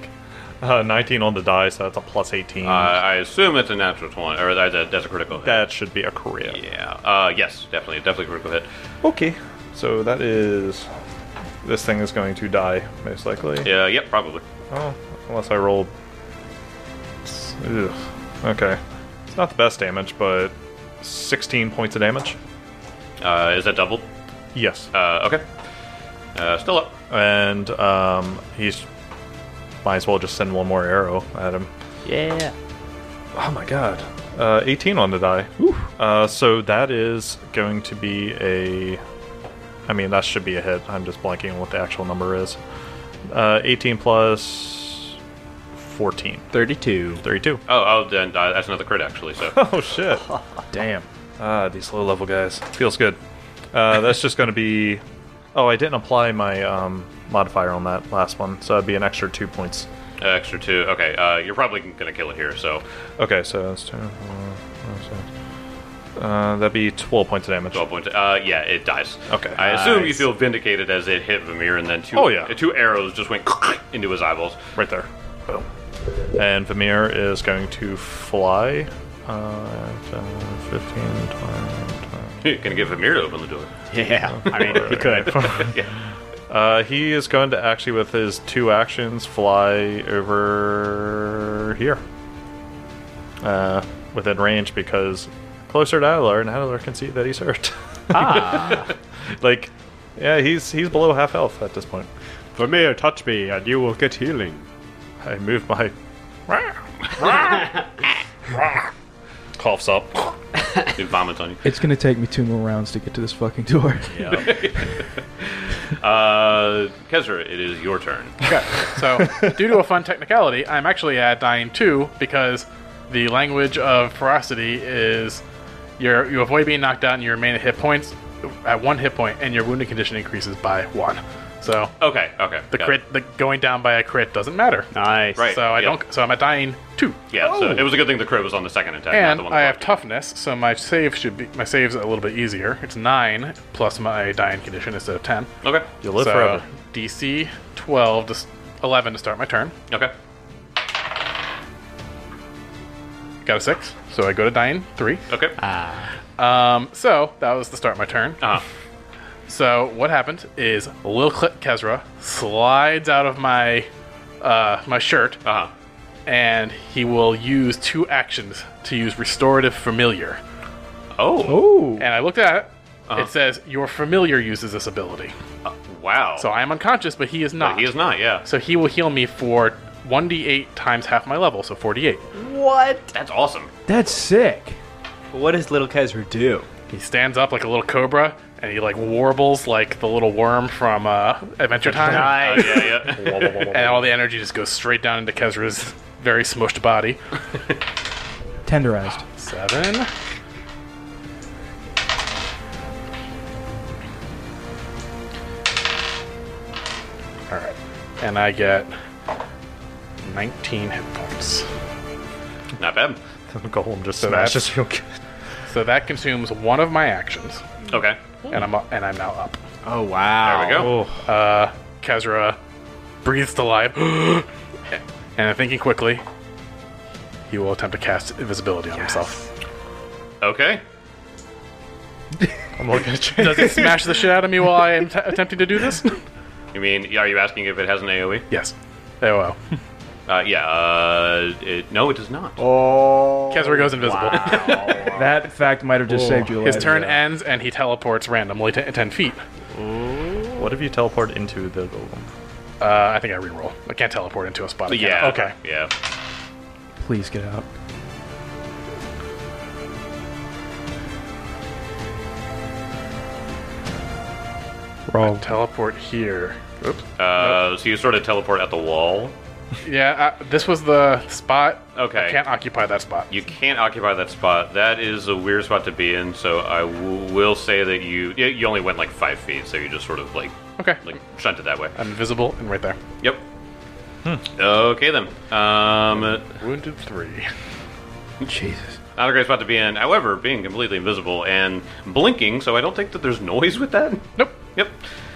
E: Uh, 19 on the die, so that's a plus 18.
A: Uh, I assume it's a natural 20, or that, that- that's a critical hit.
E: that should be a career.
A: yeah. Uh, yes, definitely, definitely critical hit.
E: Okay. So that is. This thing is going to die, most likely.
A: Yeah. Yep. Probably.
E: Oh, unless I rolled. Ugh. Okay. It's not the best damage, but 16 points of damage.
A: Uh, is that doubled?
E: Yes.
A: Uh, okay. Uh, still up.
E: And um, he's. Might as well just send one more arrow at him.
F: Yeah.
E: Oh my god. Uh, 18 on the die. Uh, so that is going to be a. I mean, that should be a hit. I'm just blanking on what the actual number is. Uh, 18 plus 14.
F: 32.
E: 32.
A: Oh, oh, then uh, that's another crit actually.
E: (laughs)
A: So uh,
E: Oh shit.
C: damn.
E: Ah, these low level guys. Feels good. Uh, that's just going to be. Oh, I didn't apply my um, modifier on that last one, so that'd be an extra two points.
A: uh, extra two. Okay. Uh, you're probably gonna kill it here. So
E: Okay, so that's two. Uh, that'd be 12 points of damage.
A: 12 points. Uh, yeah, it dies.
E: Okay.
A: I assume you
E: Nice.
A: feel vindicated as it hit Vamir, and then two.
E: Oh, yeah.
A: uh, two arrows just went (laughs) into his eyeballs. (laughs)
E: Right there. Boom. And Vamir is going to fly. Uh, 15, 20, 20.
A: You're gonna get Vamir to open the
E: (laughs)
A: door.
B: Yeah, I mean he could.
E: Uh, he is going to actually, with his two actions, fly over here. Uh, within range because closer to Adelar, and Adelar can see that he's hurt. (laughs) like, yeah, he's he's below half health at this point.
B: Vermeer, touch me, and you will get healing.
E: I move
B: (laughs)
E: my. (laughs) coughs up.
A: It vomits on you.
D: It's gonna take me two more rounds to get to this fucking door. (laughs)
A: (laughs) Uh, Kezra, it is your turn.
C: Okay, so due to a fun technicality, I'm actually at dying two because the language of ferocity is you're, you avoid being knocked out and you remain at hit points at one hit point, and your wounded condition increases by one. So
A: Okay. Okay.
C: the
A: got it.
C: crit, the going down by a crit doesn't matter.
B: Nice.
A: Right.
C: So I
A: yeah.
C: don't. So I'm at dying two.
E: Oh.
A: Yeah. So it was a good thing the crit was on the second attack, not
C: And
A: the one.
C: I
A: that
C: have
A: blocked.
C: toughness, so my save should be my save's a little bit easier. It's nine plus my dying condition instead of ten.
A: Okay.
E: You'll live
C: so
E: forever.
C: DC twelve to s- eleven to start my turn.
A: Okay.
C: Got a six, so I go to dying three.
A: Okay.
C: Ah. Um, so that was the start of my turn.
A: Uh-huh.
C: So what happened is Lil Cl- Kezra slides out of my uh, my shirt,
A: Uh-huh.
C: and he will use two actions to use restorative familiar.
A: Oh.
D: Oh,
C: And I looked at it. It says your familiar uses this ability.
A: Wow.
C: So ah. I am unconscious, but he is not.
A: he is not. Yeah.
C: So he will heal me for 1d8 times half my level, so 48.
A: That's awesome.
D: that's sick.
F: What does little Kezra do?
C: He stands up like a little cobra, and he like warbles like the little worm from uh, Adventure Time.
A: Uh, yeah, yeah.
C: (laughs) and all the energy just goes straight down into Kezra's very smushed body.
D: Tenderized.
C: Seven. Alright. And I get 19 hit points.
A: Not bad.
E: The (laughs) golem just
C: So that's-
E: smashes real good.
C: So that consumes one of my actions.
A: Okay.
C: And I'm and I'm now up.
F: Oh wow!
A: There we go.
C: Uh Kezra breathes to life. (gasps) and thinking quickly, he will attempt to cast invisibility on himself.
A: Okay.
E: I'm looking at you.
C: Does it smash the shit out of me while I am t- attempting to do
E: (laughs)
C: this?
A: You mean, are you asking if it has an AoE?
C: Yes. Oh well.
A: Uh, yeah. Uh, it, no, it does not.
C: Oh, Kezra goes invisible. (laughs)
D: That fact might have just saved you.
C: Oh. His turn ends and he teleports randomly to 10 feet.
E: What if you teleport into the golem?
C: Uh, I think I reroll. I can't teleport into a spot. I
A: Yeah.
C: can't- Okay.
A: Yeah.
D: Please get out.
C: Roll. Teleport here. Oops.
A: Uh, So you sort of teleport at the wall.
C: Yeah, I, this was the spot.
A: Okay.
C: I can't occupy that spot.
A: You can't occupy that spot. That is a weird spot to be in. So I w- will say that you yeah, you only went like five feet, so you just sort of like (laughs)
C: Okay.
A: like shunted that way.
C: I'm invisible and right there.
A: Yep. Okay then. Um,
C: Wounded three.
D: Jesus.
A: not a great spot to be in. However, being completely invisible and blinking, so I don't think that there's noise with that.
C: (laughs) Nope.
A: Yep.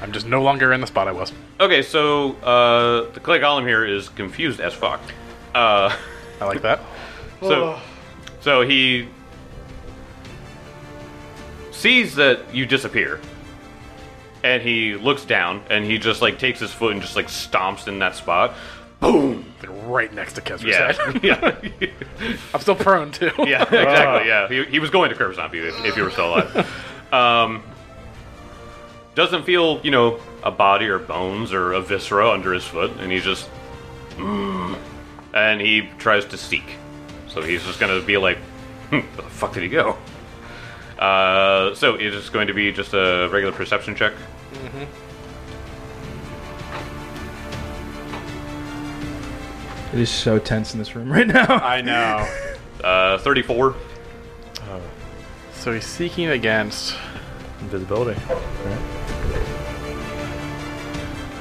C: I'm just no longer in the spot I was.
A: Okay, so uh, the clay golem here is confused as fuck. Uh, (laughs)
C: I like that.
A: so, so he sees that you disappear, and he looks down, and he just like takes his foot and just like stomps in that spot. Boom!
C: Like, right next to Kezra's
A: Yeah,
C: head.
A: yeah,
C: (laughs)
A: (laughs)
C: I'm still prone too.
A: yeah, (laughs) exactly. Yeah, he, he was going to curb stomp you if, if you were still alive. Um, doesn't feel you know a body or bones or a viscera under his foot, and he's just, "Mm," and he tries to seek. So he's just gonna be like, hmm, where the fuck did he go? Uh, so it's just going to be just a regular perception check.
D: It is so tense in this room right now. (laughs)
B: I know.
A: Uh, Thirty-four.
C: So he's seeking against
E: Invisibility.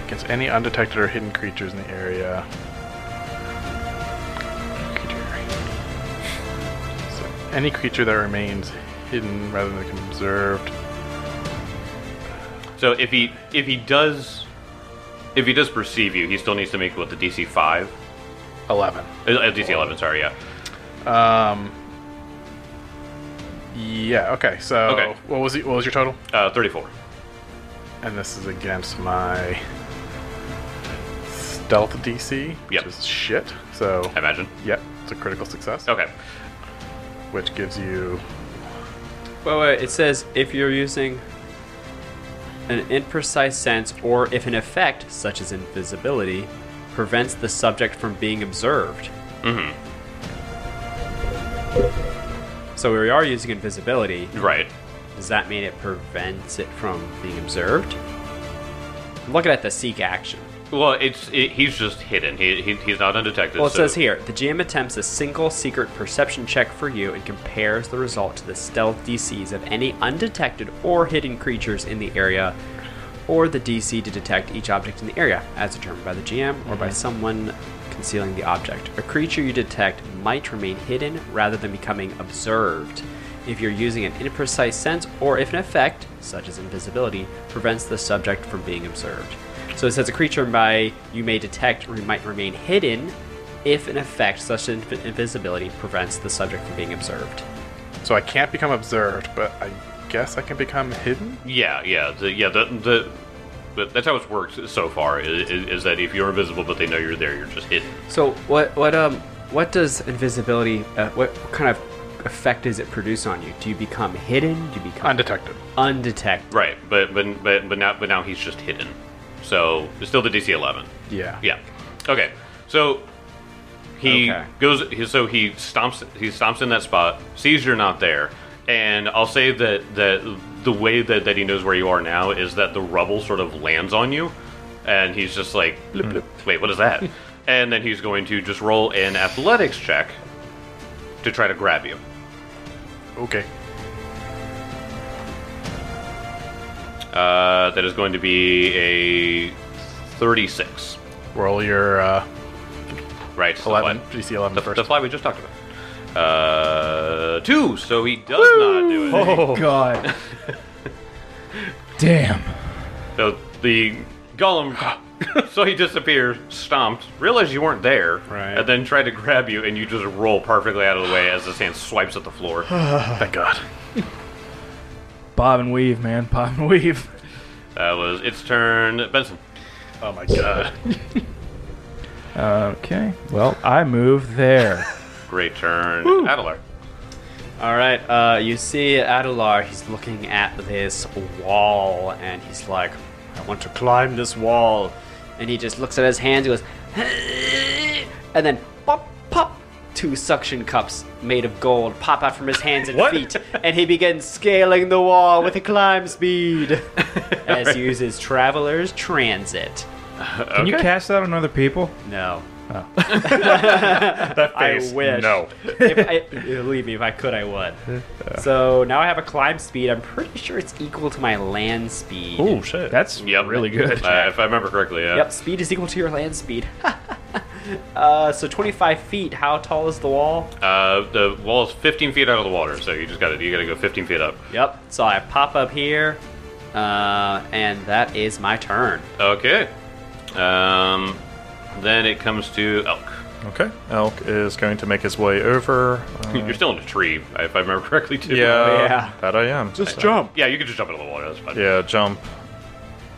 C: against any undetected or hidden creatures in the area. So any creature that remains hidden rather than observed.
A: So if he if he does if he does perceive you, he still needs to make what the DC five,
C: Eleven.
A: uh, DC eleven. Sorry, yeah.
C: Um. Yeah. Okay. So
A: Okay.
C: what was the, what was your total?
A: Uh, 34.
C: And this is against my stealth DC, which
A: Yep.
C: is shit. So
A: I imagine.
C: yep, it's a critical success,
A: Okay.
C: which gives you
F: Wait, wait. It says if you're using an imprecise sense or if an effect, such as invisibility, prevents the subject from being observed. Mm-hmm. So we are using invisibility.
A: Right.
F: Does that mean it prevents it from being observed? I'm looking at the seek action.
A: Well, it's it, he's just hidden. He, he he's not undetected.
F: Well, it
A: so-
F: says here the GM attempts a single secret perception check for you and compares the result to the stealth DCs of any undetected or hidden creatures in the area, or the DC to detect each object in the area, as determined by the GM or by someone concealing the object. A creature you detect might remain hidden rather than becoming observed. If you're using an imprecise sense, or if an effect, such as invisibility, prevents the subject from being observed. So it says a creature by you may detect or might remain hidden if an effect such as inv- invisibility prevents the subject from being observed.
C: So I can't become observed, but I guess I can become hidden.
A: Yeah, yeah, the, yeah. The the but that's how it's worked so far. Is, is that if you're invisible but they know you're there, you're just hidden.
F: So what what um what does invisibility uh, what kind of effect does it produce on you? Do you become hidden? Do you become
C: Undetected.
F: undetected?
A: Right. But but but but now but now he's just hidden. So it's still the DC 11.
C: Yeah.
A: Yeah. Okay. So he
F: Okay.
A: goes. He, so he stomps. He stomps in that spot. Sees you're not there. And I'll say that that the way that, that he knows where you are now is that the rubble sort of lands on you, and he's just like, "Blip, blip. wait, what is that? and then he's going to just roll an athletics check to try to grab you.
C: Okay.
A: Uh, that is going to be a 36.
C: Roll your uh,
A: Right. so
C: 11,
A: what?
C: GC 11
A: The,
C: first.
A: the fly we just talked about. Uh, two. So he does not do it.
D: Oh, God. Damn.
A: So the golem. (laughs) so he disappears, stomped, realized you weren't there,
C: Right.
A: and then tried to grab you, and you just roll perfectly out of the way as his hand swipes at the
D: (sighs)
A: floor.
C: Thank God.
D: Bob and weave, man. Bob and weave.
A: that was its turn. Benson.
C: Oh my God.
D: Okay. Well, I move there.
A: Great turn. Adelar.
F: All right, uh, you see Adelar, he's looking at this wall and he's like, I want to climb this wall. And he just looks at his hands and goes, and then pop, pop, two suction cups made of gold pop out from his hands and feet. And he begins scaling the wall with a climb speed as he uses Traveler's Transit.
D: Can you cast that on other people?
F: No.
E: (laughs) That
F: Oh. I
E: face.
F: wish.
E: No.
F: if I, believe me, if I could, I would. So now I have a climb speed. I'm pretty sure it's equal to my land speed.
E: Ooh, shit.
D: That's
A: Yep.
D: really good.
A: Uh, if I remember correctly, yeah.
F: Yep, speed is equal to your land speed. (laughs) uh, so 25 feet. How tall is the wall?
A: Uh, the wall is 15 feet out of the water, so you just got to you got to go 15 feet up.
F: Yep. So I pop up here, uh, and that is my turn.
A: Okay. Um, then it comes to elk.
E: Okay. Elk is going to make his way over. (laughs) Uh,
A: You're still in a tree, if I remember correctly. Too.
E: yeah,
F: Yeah.
E: That I am.
B: Just jump.
A: Yeah, you can just jump into the water. That's fine.
E: yeah, jump.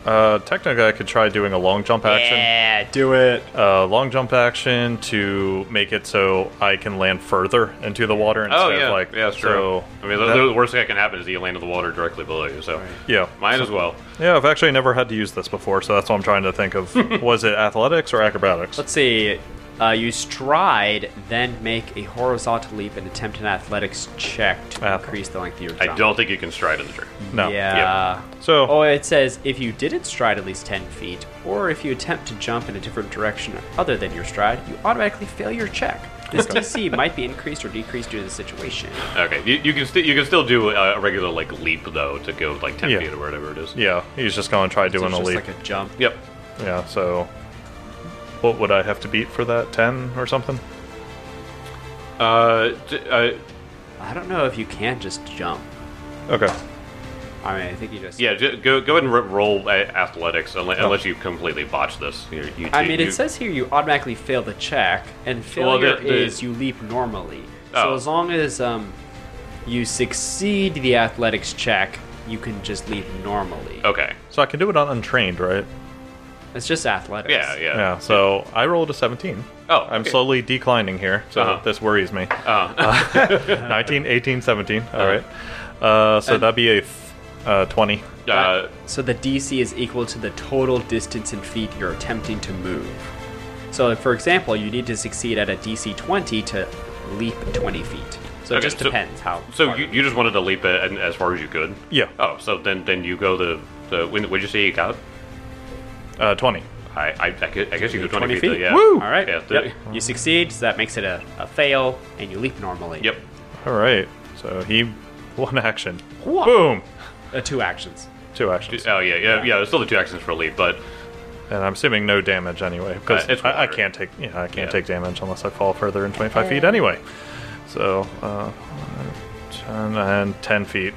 E: Uh, technically, I could try doing a long jump action.
F: Yeah.
B: Do it.
E: Uh, long jump action to make it so I can land further into the water instead
A: Oh yeah,
E: of like
A: yeah, sure.
E: so.
A: I mean, the, the worst thing that can happen is that you land in the water directly below you. So
E: yeah,
A: might as well.
E: yeah. I've actually never had to use this before, so that's what I'm trying to think (laughs) of. Was it athletics or acrobatics?
F: Let's see. Uh, you stride, then make a horizontal leap and attempt an athletics check to
E: Ath-
F: increase the length of your jump.
A: I don't think you can stride in the tree.
E: no.
F: Yeah.
E: So
F: Oh, it says if you didn't stride at least 10 feet, or if you attempt to jump in a different direction other than your stride, you automatically fail your check. This DC might be increased or decreased due to the situation.
A: Okay, you, you can still you can still do a, a regular like leap though to go like ten
E: Yeah.
A: feet or whatever it is.
E: yeah, he's just going to try
F: So
E: doing
F: it's
E: a
F: just like
E: leap.
F: a jump.
A: Yep.
E: Yeah, so what would I have to beat for that? Ten or something?
A: Uh, t- uh,
F: I don't know if you can just jump.
E: Okay.
F: I mean, I think you just.
A: yeah. J- go go ahead and r- roll uh, athletics unless,
E: Oh.
A: unless you completely botch this. You, you,
F: I mean,
A: you,
F: it says here you automatically fail the check, and
A: Well,
F: failure
A: the- the-
F: is you leap normally. So
A: Oh.
F: as long as um, you succeed the athletics check, you can just leap normally.
A: Okay.
E: So I can do it on untrained, right?
F: It's just athletics.
A: Yeah. Yeah.
E: Yeah. So I rolled a seventeen.
A: Oh,
E: I'm
A: okay.
E: slowly declining here, so
A: Uh-huh. Uh-huh.
E: this worries me.
A: Uh,
E: (laughs) 19, 18, 17. All right. Uh, so that'd be a th- uh, 20.
A: uh,
F: So the DC is equal to the total distance in feet you're attempting to move. So, if, for example, you need to succeed at a DC 20 to leap 20 feet. So it
A: Okay,
F: just
A: so-
F: depends how.
A: so
F: far.
A: you, you just wanted to leap it and- as far as you could.
E: Yeah.
A: Oh, so then then you go the the when would you say you got?
E: Uh, 20.
A: I I, I guess, I guess you go 20,
F: 20
A: feet.
F: feet.
A: though, Yeah.
F: All right.
A: Yeah,
F: Yep.
A: the-
F: You succeed, so that makes it a, a fail, and you leap normally.
A: Yep.
E: All right. So he. (laughs) One action.
F: Whoa.
E: Boom!
F: Uh, two actions.
E: Two actions.
A: Oh yeah, yeah, yeah. There's still the two actions for leap, but
E: And I'm assuming no damage anyway, because
A: Uh, it's
E: I, I
A: water.
E: can't take yeah, I
A: Yeah.
E: can't take damage unless I fall further than 25 feet anyway. So, uh, 10 and 10 feet.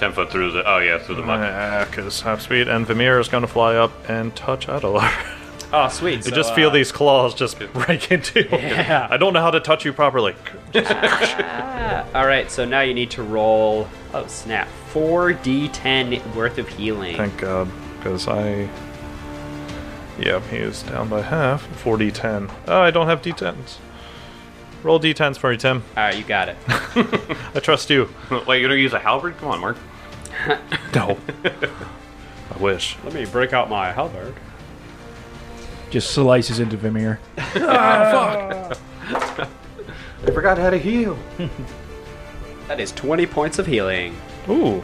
A: ten foot through the. Oh yeah, through the muck.
E: Because Uh, half speed and Vimir is going to fly up and touch Adelar. (laughs)
F: Oh, sweet. so,
E: I just feel
F: uh,
E: these claws just break into. you.
F: Yeah.
E: I don't know how to touch you properly.
F: ah, all right. So now you need to roll. Oh snap! Four d10 worth of healing.
E: Thank God, because I. Yep, he is down by half. 4d10. Oh, I don't have d10s. Roll d10s for me, Tim.
F: All right, you got
E: (laughs)
F: it.
E: I trust you.
A: (laughs) Wait, you don't use a halberd? Come on, Mark.
E: No. (laughs) I wish.
F: Let me break out my halberd.
D: Just slices into Vimir.
A: I forgot how to heal.
F: That is 20 points of healing.
E: Ooh.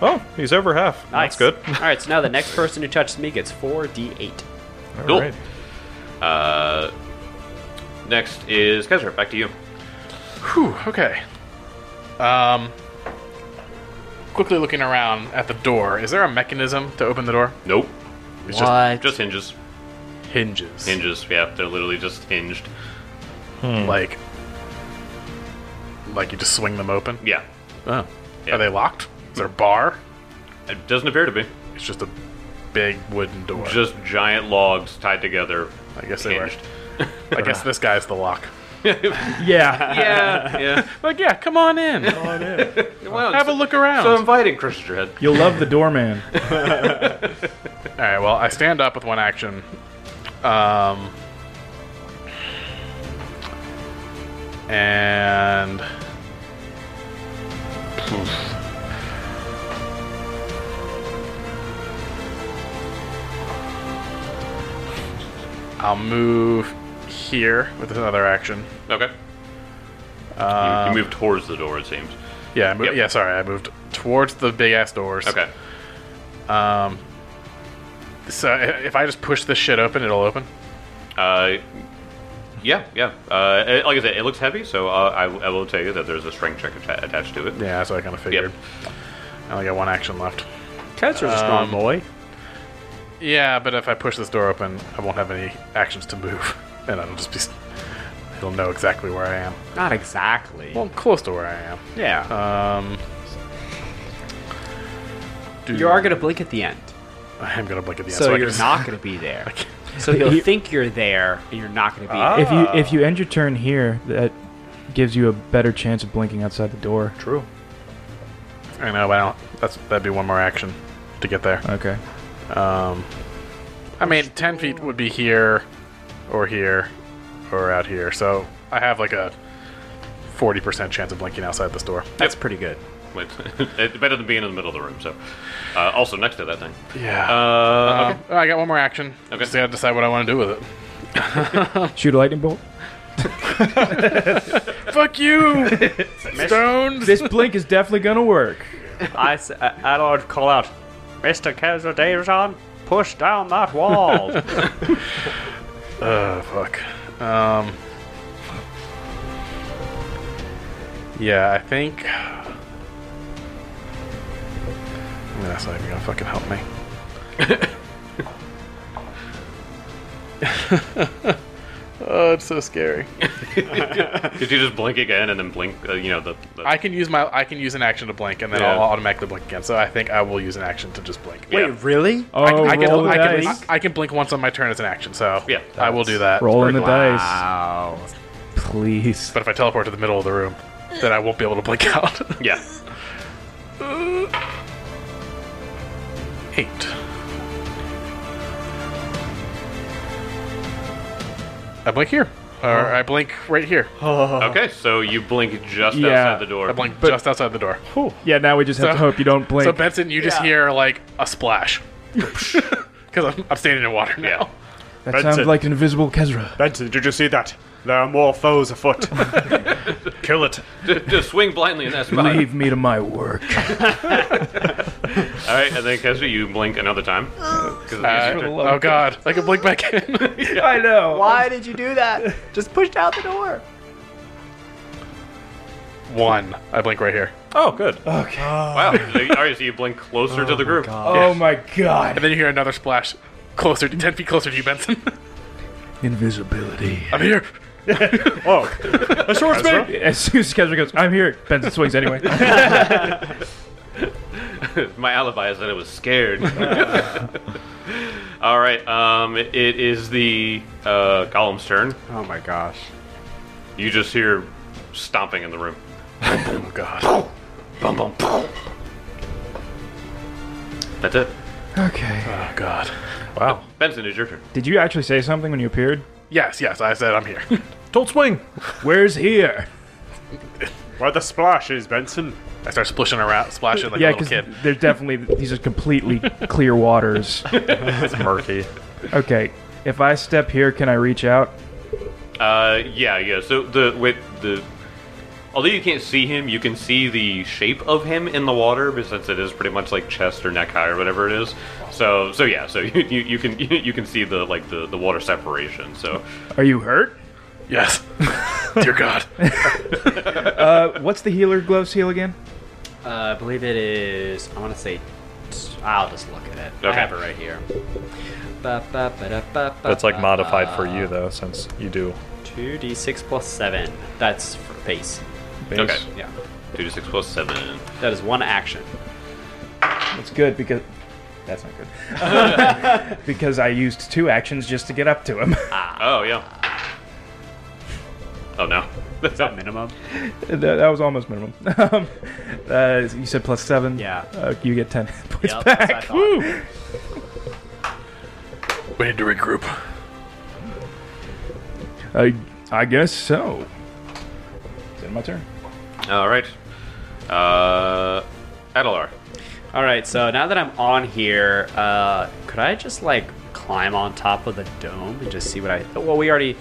E: Oh, he's over half.
G: Nice.
E: That's
F: (laughs)
E: good.
G: All right, so now the next person who touches me gets 4d8.
E: All
A: Cool.
E: right.
A: Uh, next is Kezra. Back to you.
C: Whew, okay. Um, quickly looking around at the door, is there a mechanism to open the door?
A: Nope.
C: It's
F: Uh,
G: What?
A: Just hinges.
C: just hinges.
A: Hinges. Yeah, they're literally just hinged.
C: Like, like you just swing them open.
A: Yeah.
C: Oh.
A: Yeah.
C: Are they locked? Is there a bar?
A: It doesn't appear to be.
C: It's just a big wooden door.
A: Just giant logs tied together.
C: I guess they were.
A: Hinged. (laughs)
C: I guess this guy's the lock.
D: Yeah.
A: Yeah.
C: (laughs)
A: Yeah.
C: Like, yeah, come on in.
A: Well,
C: Have a look around.
A: So inviting, Christian Head.
D: (laughs) You'll love the doorman.
C: All right. Well, I stand up with one action. Um. And. I'll move here with another action.
A: Okay. you, you move towards the door, it seems.
C: Yeah, I mo-
A: Yep.
C: yeah. Sorry, I moved towards the big ass doors.
A: Okay.
C: So i- if I just push this shit open, it'll open.
A: Uh, yeah, yeah. Uh, it- like I said, it looks heavy, so uh, I, I will tell you that there's a strength check atta- attached to it.
C: Yeah, that's what I kind of figured. I only got one action left.
G: Cats are a strong boy.
C: Yeah, but if I push this door open, I won't have any actions to move, (laughs) and I'll just be. He'll know exactly where I am.
F: Not exactly.
C: Well, close to where I am.
F: yeah.
C: Um. dude,
F: you are gonna blink at the end,
C: I am gonna blink at the end.
F: so,
C: I
F: you're
C: can-
F: not gonna be there. so he'll
D: You-
F: think you're there, and you're not gonna be there.
D: If you if
C: Ah.
D: you end your turn here, that gives you a better chance of blinking outside the door.
C: True. I know, but I don't, that's that'd be one more action to get there.
D: Okay.
C: I mean, ten feet would be here, or here, or out here. So I have like a forty percent chance of blinking outside this door.
F: That's pretty good.
A: Wait, it's (laughs) better than being in the middle of the room. So, uh, also next to that thing.
C: Yeah.
A: Uh,
C: Um, I got one more action.
A: Okay.
C: Just gotta decide what I want to do with it.
D: Shoot a lightning bolt.
C: Fuck you, (laughs) stones.
D: This blink is definitely gonna work.
G: I, s- I, I'll call out, Mr. Kezra Davison, push down that
F: (laughs)
G: wall.
F: Uh,
C: Oh fuck. Um. Yeah, I think. I mean, that's not even gonna fucking help me. (laughs) oh, it's so scary.
A: Did you just blink again and then blink? Uh, you know the. the
C: I can use my I can use an action to blink, and then
A: Yeah.
C: I'll automatically blink again. So I think I will use an action to just blink.
A: yeah.
F: really?
D: Oh,
C: I, I can,
D: roll the
C: I, can,
D: dice.
C: I can blink once on my turn as an action, so
A: Yeah.
C: I will do that.
D: Rolling the dice,
F: Wow.
D: please.
C: But if I teleport to the middle of the room, then I won't be able to blink (laughs) out.
A: yeah.
C: Eight. I blink here, or
B: Oh.
C: I blink right here.
A: Okay, so you blink just
D: Yeah.
A: outside the door.
C: I blink just outside the door.
D: Yeah, now we just have
C: So-
D: to hope you don't blink.
C: So Benson, you just hear like a
B: (laughs)
C: splash (laughs) because I'm, I'm standing in water now.
A: Yeah.
D: that sounds
B: it.
D: like an invisible Kezra.
B: Benson, did you see that? There are more foes
C: (laughs)
B: afoot.
C: Uh,
E: Kill it.
A: (laughs) just, just swing blindly in that spot.
D: Leave me to my
C: (laughs)
D: work.
A: All right, and then Kesra, you blink another time. 'Cause it's
C: Uh,
A: easier.
C: oh God! I can blink back in. (laughs)
D: I know.
F: Why did you do that? Just pushed out the door.
C: One. I blink right here,
E: Oh, good.
A: wow. So you- All right, so you blink closer to the group.
D: Oh my god.
C: and then you hear another splash, closer, to, ten feet closer to you, Benson. (laughs)
D: Invisibility.
C: I'm here.
B: oh, a short space.
D: As soon as Kezra goes, I'm here. Benson
C: (laughs)
D: swings anyway.
A: My alibi is that I was scared. (laughs) All right, um, it is the uh, Gollum's turn.
F: Oh my gosh.
A: You just hear stomping in the room.
C: Oh God!
A: That's it.
D: okay.
C: Oh God!
A: Benson, it's your turn.
D: Did you actually say something when you appeared?
C: Yes, yes. I said I'm here.
E: Don't swing.
D: Where's here?
B: Where the splash is, Benson.
C: I start splishing around, splashing like
D: yeah,
C: a little
D: because (laughs)
C: kid.
D: they're definitely these
F: (laughs)
D: are completely clear waters.
E: It's murky.
D: Okay, if I step here, can I reach out?
A: Uh, yeah, yeah. So the with the although you can't see him, you can see the shape of him in the water, but since it is pretty much like chest or neck high or whatever it is. So, so yeah, so (laughs) you, you, you can you can see the like the, the water separation. So,
D: Are you hurt?
C: Yes. Dear God.
D: Uh, what's the healer gloves heal again?
F: Uh, I believe it is. I want to say. I'll just look at it. I
A: Okay.
F: have it right here. Ba, ba, ba, da, ba, ba,
E: That's like
F: ba,
E: modified
F: ba.
E: for you though, since you do.
F: 2d6 plus 7. That's for base.
D: Base.
A: okay,
F: Yeah.
A: two to six plus seven.
F: That is one action.
D: That's good because that's not good. (laughs) because I used two actions just to get up to him.
F: Ah.
A: Oh yeah. Oh no. (laughs) That's not
F: Minimum.
D: (laughs) that, that was almost minimum. (laughs) um, uh, you said plus seven.
F: Yeah.
D: Uh, you get ten (laughs) hit points
F: Yep, that's what I
D: back.
F: thought.
D: Woo!
C: We need to regroup.
D: I, I guess so. Is it my turn?
A: All right. Uh, Adelar.
F: All right, so now that I'm on here, uh, could I just like climb on top of the dome and just see what I? oh, Well, we already,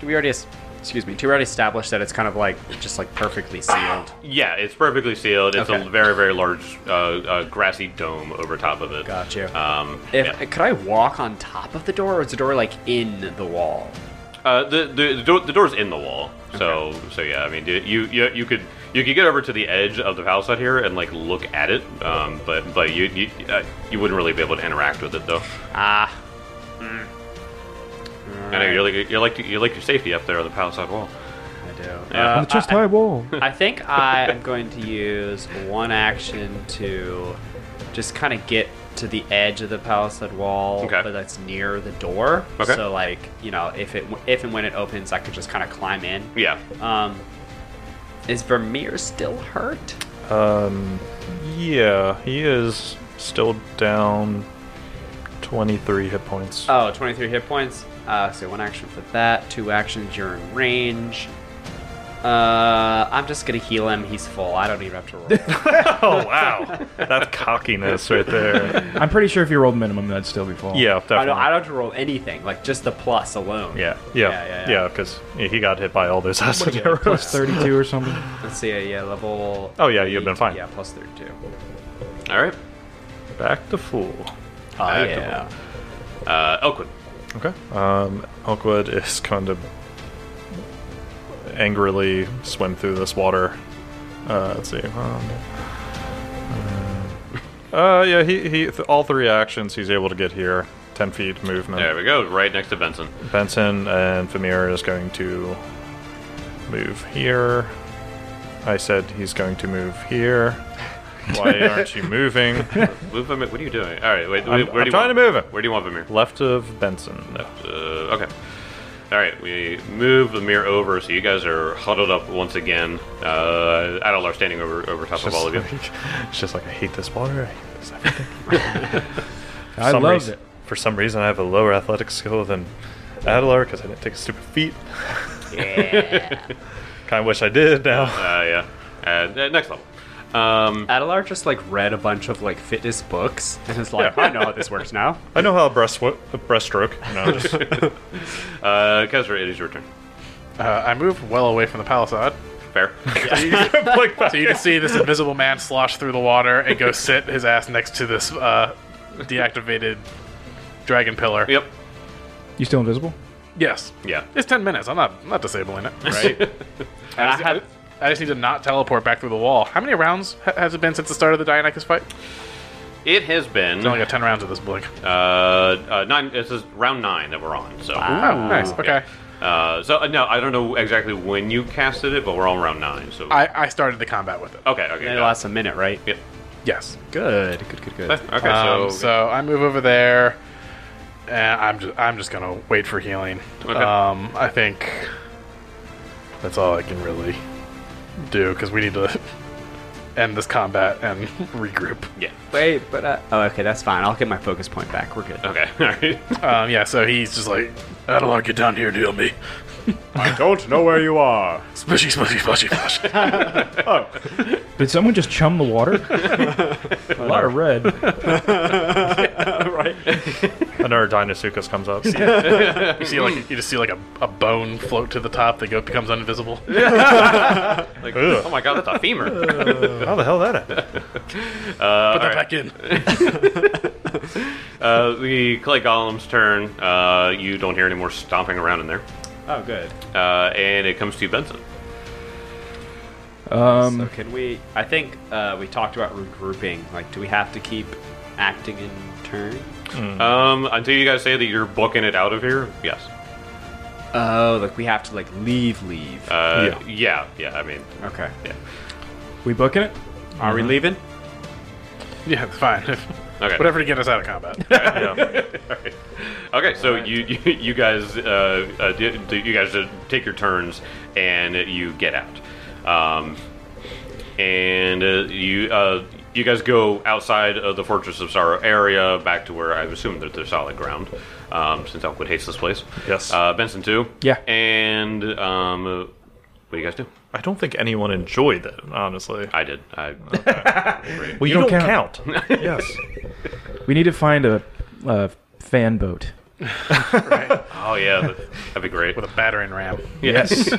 F: do we already? es- Excuse me. Do we already establish that it's kind of like just like perfectly sealed?
A: Yeah, it's perfectly sealed. It's
F: Okay.
A: a very, very large uh, uh, grassy dome over top of it.
F: Got you.
A: Um,
F: If
A: yeah.
F: could I walk on top of the door, or is the door like in the wall?
A: Uh, the the the, door, the door's in the wall, so so yeah. I mean, you, you you could you could get over to the edge of the palace out here and like look at it, um, but but you you, uh, you wouldn't really be able to interact with it though.
F: Ah,
A: I know you're like you're like you're like your safety up there on the palace side wall.
F: I do.
A: Yeah.
F: Uh,
D: Just
F: I-
D: high wall. (laughs)
F: I think I am going to use one action to just kind of get to the edge of the palisade wall,
A: Okay.
F: but that's near the door.
A: Okay.
F: So like you know, if it if and when it opens, I could just kind of climb in.
A: Yeah.
F: Um, is Vermeer still hurt?
E: Um, yeah, he is still down twenty-three hit points.
F: Oh, 23 hit points. Uh, so one action for that. Two actions. You're in range. Uh, I'm just gonna heal him. He's full. I don't even have
E: (laughs)
F: to roll.
E: oh wow, that's cockiness right (laughs) there.
D: I'm pretty sure if you rolled minimum, that'd still be full.
E: Yeah,
F: I
E: definitely.
F: don't, I don't have to roll anything. Like just the plus alone.
E: yeah,
F: Yeah, yeah,
E: yeah,
F: yeah.
E: yeah, because he got hit by all those acid (laughs) arrows.
D: Plus thirty-two or something.
F: Let's see, uh, yeah, level.
E: Oh, yeah, you've been
F: eight,
E: fine.
F: Yeah, plus 32.
A: All right.
E: Back to fool.
F: Oh,
A: yeah. Uh, Elquin.
E: Okay. Um, Elkwood is going to angrily swim through this water. Uh, let's see. Um, uh, yeah, he, he th- all three actions he's able to get here. 10 feet movement.
A: There we go. Right next to Benson.
E: Benson and Famir is going to move here. I said he's going to move here.
A: (laughs)
E: Why aren't you moving?
A: Move him. What are you doing? All right. Wait. where
E: I'm- I'm
A: do you
E: trying
A: want-
E: to move him.
A: Where do you want Vamir?
E: Left of Benson.
A: Uh, okay. All right, we move the mirror over, so you guys are huddled up once again. Uh, Adelar standing over over top of all of you.
E: it's just like I hate this water. I hate this everything. For
D: I
E: some
D: loved
E: reason,
D: it.
E: For some reason, I have a lower athletic skill than Adelar because I didn't take a stupid feat. kind of wish I did now. (laughs)
A: Uh, yeah. And, uh, next level. Um,
F: (laughs) Adelar just like read a bunch of like fitness books and is like,
E: Yeah.
F: I know how this works
E: (laughs)
F: now.
E: I know how a breast wo- a breaststroke.
D: (laughs)
E: No, just,
A: uh, Kezra, it is your turn.
C: Uh, I moved well away from the palisade.
E: (laughs)
A: Fair.
C: so you can see this invisible man slosh through the water and go sit his ass next to this uh, deactivated dragon pillar.
A: yep.
D: You still invisible?
C: Yes.
A: Yeah.
C: It's 10 minutes. I'm not, I'm not disabling it, right? I,
F: I
C: just,
F: had-
C: I just need to not teleport back through the wall. How many rounds ha- has it been since the start of the Dionycus fight?
A: It has been
C: I only got 10 rounds of this blink.
A: uh, uh, nine. This is round nine that we're on. So,
C: Oh, nice. Okay.
A: uh, so uh, no, I don't know exactly when you casted it, but we're on round nine. So,
C: I, I started the combat with it.
A: okay, okay,
F: It
A: got
F: lasts a minute, right?
A: it.
C: Yes.
F: Good, good, good, good.
A: Yep. Okay,
C: Um, so,
A: so,
C: I move over there, and I'm just I'm just gonna wait for healing.
A: Okay.
C: Um, I think that's all I can really do because we need to (laughs) end this combat and (laughs) regroup.
A: yeah.
F: Wait, but uh, oh, okay, that's fine. I'll get my focus point back. We're
E: Oh.
F: good.
A: Okay, (laughs) all right.
C: Um, yeah. So he's just like, I don't want to get down here and heal me.
B: I don't know where you
C: (laughs)
B: are.
C: Splishy, splishy, splishy,
A: (laughs)
C: splishy.
D: Did someone just chum the (laughs) water? a lot of red.
C: right.
E: (laughs) another Dinosuchus comes up.
D: (laughs)
C: You see, like you just see like a, a bone float to the top that go, becomes invisible.
A: Like, oh my god, that's a femur. (laughs)
E: How the hell that happened?
C: Put that
A: (laughs)
C: back in.
A: Uh, the clay golem's turn. Uh, you don't hear any more stomping around in there,
B: Oh, good.
A: uh, and it comes to Benson.
D: Um,
E: Mm.
F: so can we? I think uh, we talked about regrouping. Like, do we have to keep acting in turn?
A: Um, until you guys say that you're booking it out of here, yes.
F: Oh, like we have to like leave, leave.
A: Uh, yeah. yeah, I mean,
F: okay.
B: We booking it?
F: Are we leaving?
C: Yeah, it's fine. (laughs)
A: okay.
C: Whatever to get us out of combat.
E: Yeah.
A: Okay, so you, (laughs) you you guys uh, uh, do- do you guys uh, take your turns and you get out, um, and uh, you uh, you guys go outside of the Fortress of Sorrow area back to where I assume that there's solid ground, um, since Elkwood hates this place.
E: Yes.
A: uh, Benson too.
D: Yeah.
A: and um, uh, what do you guys do?
E: I don't think anyone enjoyed that, honestly.
A: I did. I (laughs)
D: Well,
E: you, don't, count. yes.
D: We need to find a, a fan boat.
A: oh yeah, that- that'd be great.
C: With a battering ram.
D: Yes.
C: So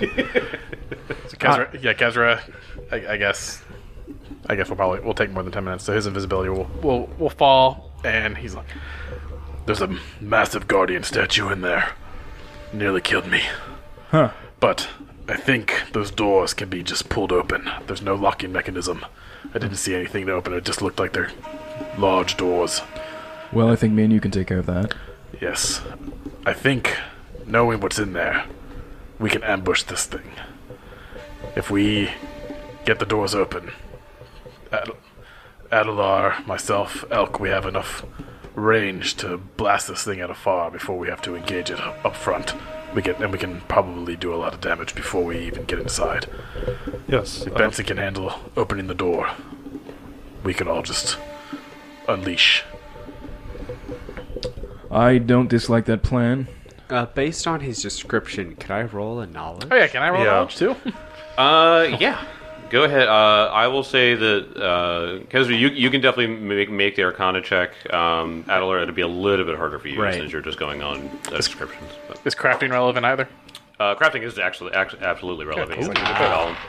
C: Kezra, yeah, Kezra. I, I guess. I guess we'll probably we'll take more than ten minutes. So his invisibility will will will fall, and he's like, "There's a massive guardian statue in there. Nearly killed me.
D: (laughs) huh.
C: But I think those doors can be just pulled open. There's no locking mechanism. I didn't see anything to open. It just looked like they're large doors.
D: Well, I think me and you can take care of that.
C: Yes. I think, knowing what's in there, we can ambush this thing. If we get the doors open, Ad- Adelar, myself, Elk, we have enough range to blast this thing at afar before we have to engage it up front. We can, and we can probably do a lot of damage before we even get inside.
E: Yes.
C: If Benson can handle opening the door, we can all just unleash.
D: I don't dislike that plan.
F: Uh, based on his description, can I roll a knowledge?
C: Oh, yeah, can I roll
E: Yeah.
C: (laughs)
E: knowledge
C: too?
A: Uh, yeah. Go ahead. Uh, I will say that uh, Kezra, you you can definitely make make the Arcana check. Um, Adelar, it'll be a little bit harder for you
F: Right.
A: since you're just going on uh, descriptions. But,
C: Is crafting relevant either?
A: uh, crafting is actually act- absolutely relevant. Um, You can look at all of them.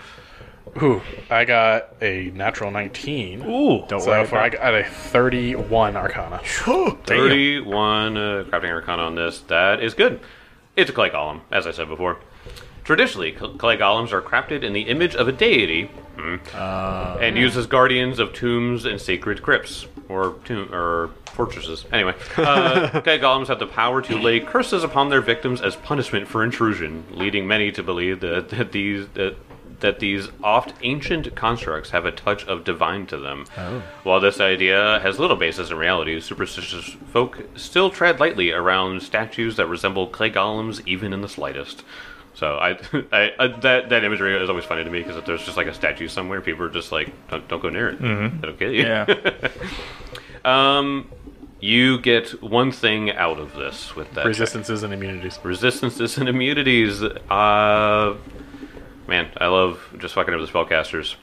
C: Ooh, I got a natural 19.
E: Ooh.
C: Don't so far, I got a 31 Arcana.
A: Thirty-one uh, crafting Arcana on this. That is good. It's a clay golem, as I said before. Traditionally, cl- clay golems are crafted in the image of a deity, hmm, and used as guardians of tombs and sacred crypts or tomb or fortresses. Anyway, uh, clay golems have the power to lay curses upon their victims as punishment for intrusion, leading many to believe that, that these that that these oft ancient constructs have a touch of divine to them. While this idea has little basis in reality, superstitious folk still tread lightly around statues that resemble clay golems even in the slightest. So I, (laughs) I, I that that imagery is always funny to me because if there's just like a statue somewhere, people are just like, don't, don't go near it. It'll kill you. um, (laughs) you get one thing out of this with that
C: Resistances and (laughs) immunities.
A: resistances and immunities. Uh, man, I love just fucking up the spellcasters.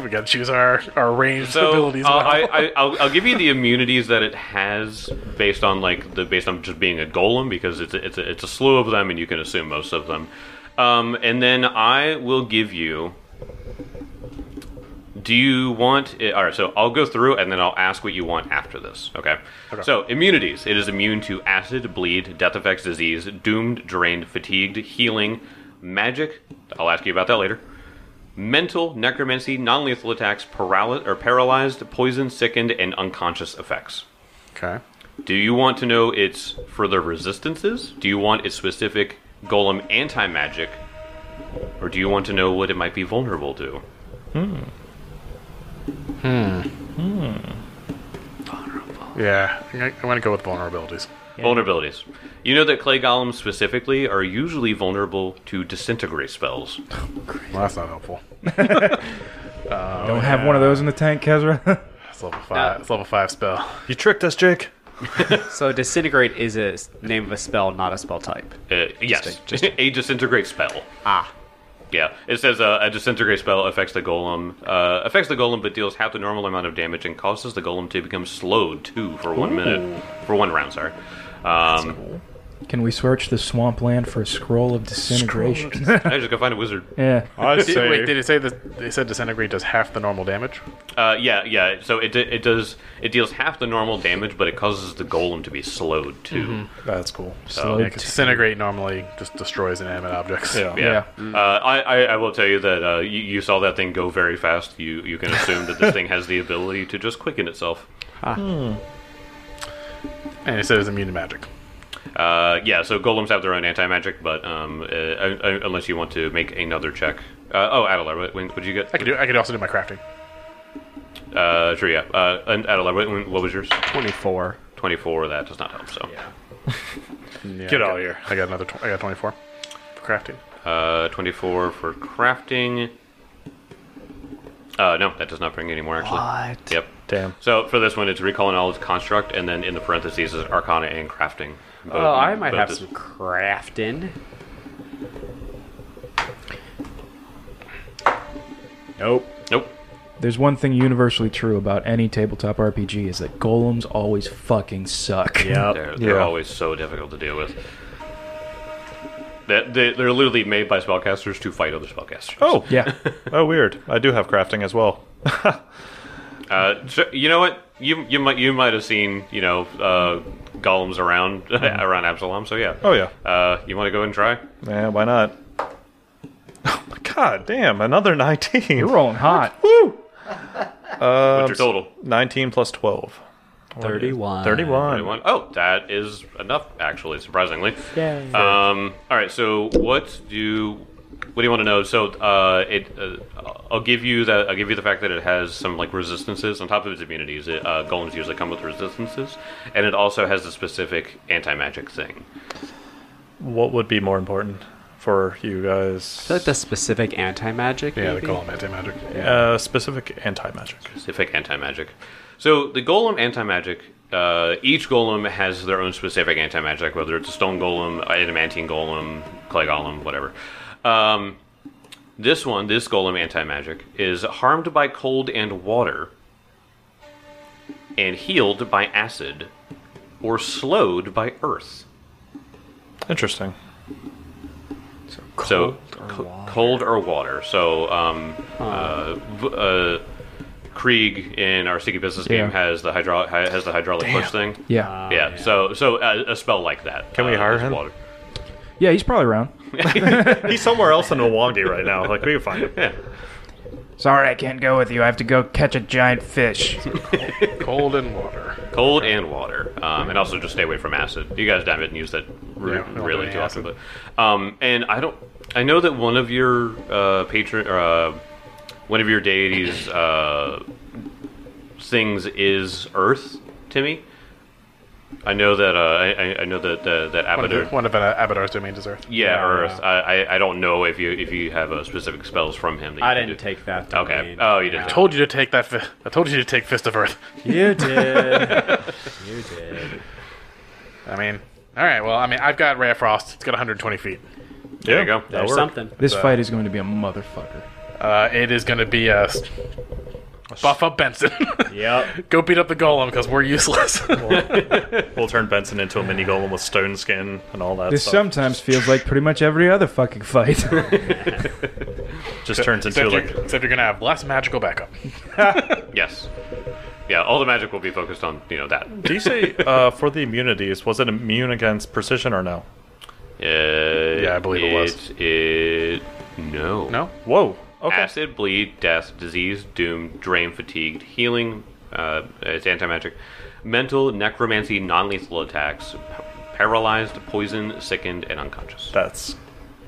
C: we gotta choose our, our ranged
A: So
C: abilities.
A: uh,
C: well.
A: I, I, I'll, I'll give you the immunities that it has based on like the based on just being a golem because it's a, it's a, it's a slew of them and you can assume most of them. Um, and then I will give you. Do you want? It, all right, so I'll go through and then I'll ask what you want after this. Okay. So immunities. It is immune to acid, bleed, death effects, disease, doomed, drained, fatigued, healing, magic. I'll ask you about that later mental, necromancy, non-lethal attacks, paralyzed or paralyzed, poisoned, sickened, and unconscious effects.
C: okay.
A: Do you want to know its further resistances? Do you want its specific golem anti-magic, or do you want to know what it might be vulnerable to?
C: Yeah, I think I- I'm gonna go with vulnerabilities.
A: Vulnerabilities. You know that clay golems specifically are usually vulnerable to disintegrate spells.
C: Well, that's not helpful.
D: (laughs) don't have one of those in the tank, Kezra. (laughs)
C: It's level five. It's level five spell.
E: You tricked us, Jake.
F: So disintegrate is a s- name of a spell, not a spell type.
A: Uh, yes, (laughs)
F: just-
A: a disintegrate spell.
F: Ah,
A: Yeah, it says uh, a disintegrate spell affects the golem, uh, affects the golem, but deals half the normal amount of damage and causes the golem to become slowed too for one minute, for one round. Sorry. Um,
D: Can we search the swampland for a scroll of disintegration? (laughs)
A: I just go find a wizard.
D: Yeah.
B: I
C: Did,
B: say,
C: wait, did it say that they said disintegrate does half the normal damage?
A: Uh, yeah, yeah. So it it does it deals half the normal damage, but it causes the golem to be slowed too.
C: That's cool.
D: Slowed
C: Oh, yeah, 'cause disintegrate normally just destroys inanimate objects.
E: Yeah.
A: Yeah.
F: Mm-hmm.
A: Uh, I, I I will tell you that uh, you, you saw that thing go very fast. You you can assume
F: (laughs)
A: that this thing has the ability to just quicken itself.
C: And it said it's immune to magic.
A: Uh, yeah, so golems have their own anti magic, but um, uh, uh, unless you want to make another check. Uh, oh, Adelar, what what would you
C: I
A: get?
C: could do. I could also do my crafting.
A: Uh, sure, yeah. Uh, and Adelar, what, what was yours?
F: 24.
A: 24, that does not help, so.
C: Get out of here. I got another. Tw- I got twenty four for crafting.
A: Uh, 24 for crafting. Uh, no, that does not bring any more, actually.
F: What?
A: Yep.
E: Damn.
A: So for this one, it's recall knowledge construct, and then in the parentheses is arcana and crafting. Both-
F: Oh, I might
A: both
F: have
A: is-
F: some crafting.
B: nope.
A: Nope.
D: There's one thing universally true about any tabletop RPG is that golems always fucking suck.
A: They're, they're
E: Yeah.
A: always so difficult to deal with. That they, they're literally made by spellcasters to fight other spellcasters.
E: Oh.
D: (laughs) Yeah.
E: Oh, weird. I do have crafting as well.
A: Uh, so- you know what? You you might you might have seen you know uh, golems around (laughs) around Absalom. So yeah.
E: Hmm. Oh yeah. Um,
A: Uh, you want to go and try?
E: Yeah. Why not? Oh my god! Damn. Another (laughs)
D: You're
E: nineteen.
D: rolling hot.
A: What's your total?
E: Nineteen plus twelve.
F: 31.
E: Thirty-one.
A: Anyone? Oh, that is enough. Actually, surprisingly. Um. All right. So what do you, what do you want to know? So uh, it uh, I'll give you that I'll give you the fact that it has some like resistances on top of its immunities. It, uh, golems usually come with resistances, and it also has a specific anti magic thing.
E: What would be more important for you guys?
F: I feel like the specific anti magic.
C: Yeah, they call them anti magic.
E: Uh, specific anti-magic.
A: specific anti magic. So the golem anti magic. Uh, each golem has their own specific anti magic, whether it's a stone golem, adamantine golem, clay golem, whatever. Um, this one, this golem anti magic, is harmed by cold and water, and healed by acid, or slowed by earth.
E: Interesting.
A: so co- cold or water. So um, uh, v- uh, Krieg in our Sticky Business
D: Yeah.
A: game has the hydraulic has the hydraulic push thing.
D: Yeah.
A: yeah, So so uh, a spell like that.
E: Can we
A: uh,
E: hire
A: is
E: him?
A: Water.
D: Yeah, he's probably around.
E: He's somewhere else in Milwaukee right now. Like we can find him.
D: Sorry, I can't go with you. I have to go catch a giant fish.
C: Cold and water.
A: Cold and water, um, and also just stay away from acid. You guys haven't used that re-
C: Yeah, I don't
A: really
C: do
A: too
C: any
A: often, but um, and I don't. I know that one of your uh, patron, or, uh, one of your deities' uh, things is Earth, Timmy. I know that uh, I, I- I know that that, that
C: One
A: Abadur.
C: of, one of uh, Abadar's domains is Earth.
A: yeah, Earth. I, I I don't know if you if you have uh, specific spells from him. That you
F: I
A: can
F: didn't
A: do.
F: take that.
A: Okay.
F: domain.
A: Oh, you didn't.
C: I
A: take-
C: told you to take that. Fi- I told you to take Fist of Earth.
F: You did. you did.
C: I mean, all right. Well, I mean, I've got Ray of Frost. It's got 120 feet.
A: There you go.
F: There's something.
D: This fight is going to be a motherfucker.
C: Uh, it is going to be a s- buff up (laughs) Benson.
F: Yep.
C: Go beat up the golem because we're useless. (laughs)
E: We'll turn Benson into a mini golem with stone skin and all that
D: This
E: stuff.
D: sometimes feels like pretty much every other fucking fight.
E: Just turns into
C: except, you're,
E: like
C: except you're going to have less magical backup.
A: Yes. Yeah. All the magic will be focused on you know that.
E: Do you say uh, for the immunities, was it immune against precision or no?
A: Uh,
C: Yeah, I believe it was.
A: It, no.
C: No.
E: Whoa. Okay.
A: Acid, bleed, death, disease, doom, drain, fatigued, healing. Uh, it's anti magic. Mental, necromancy, non lethal attacks, p- paralyzed, poisoned, sickened, and unconscious.
E: That's.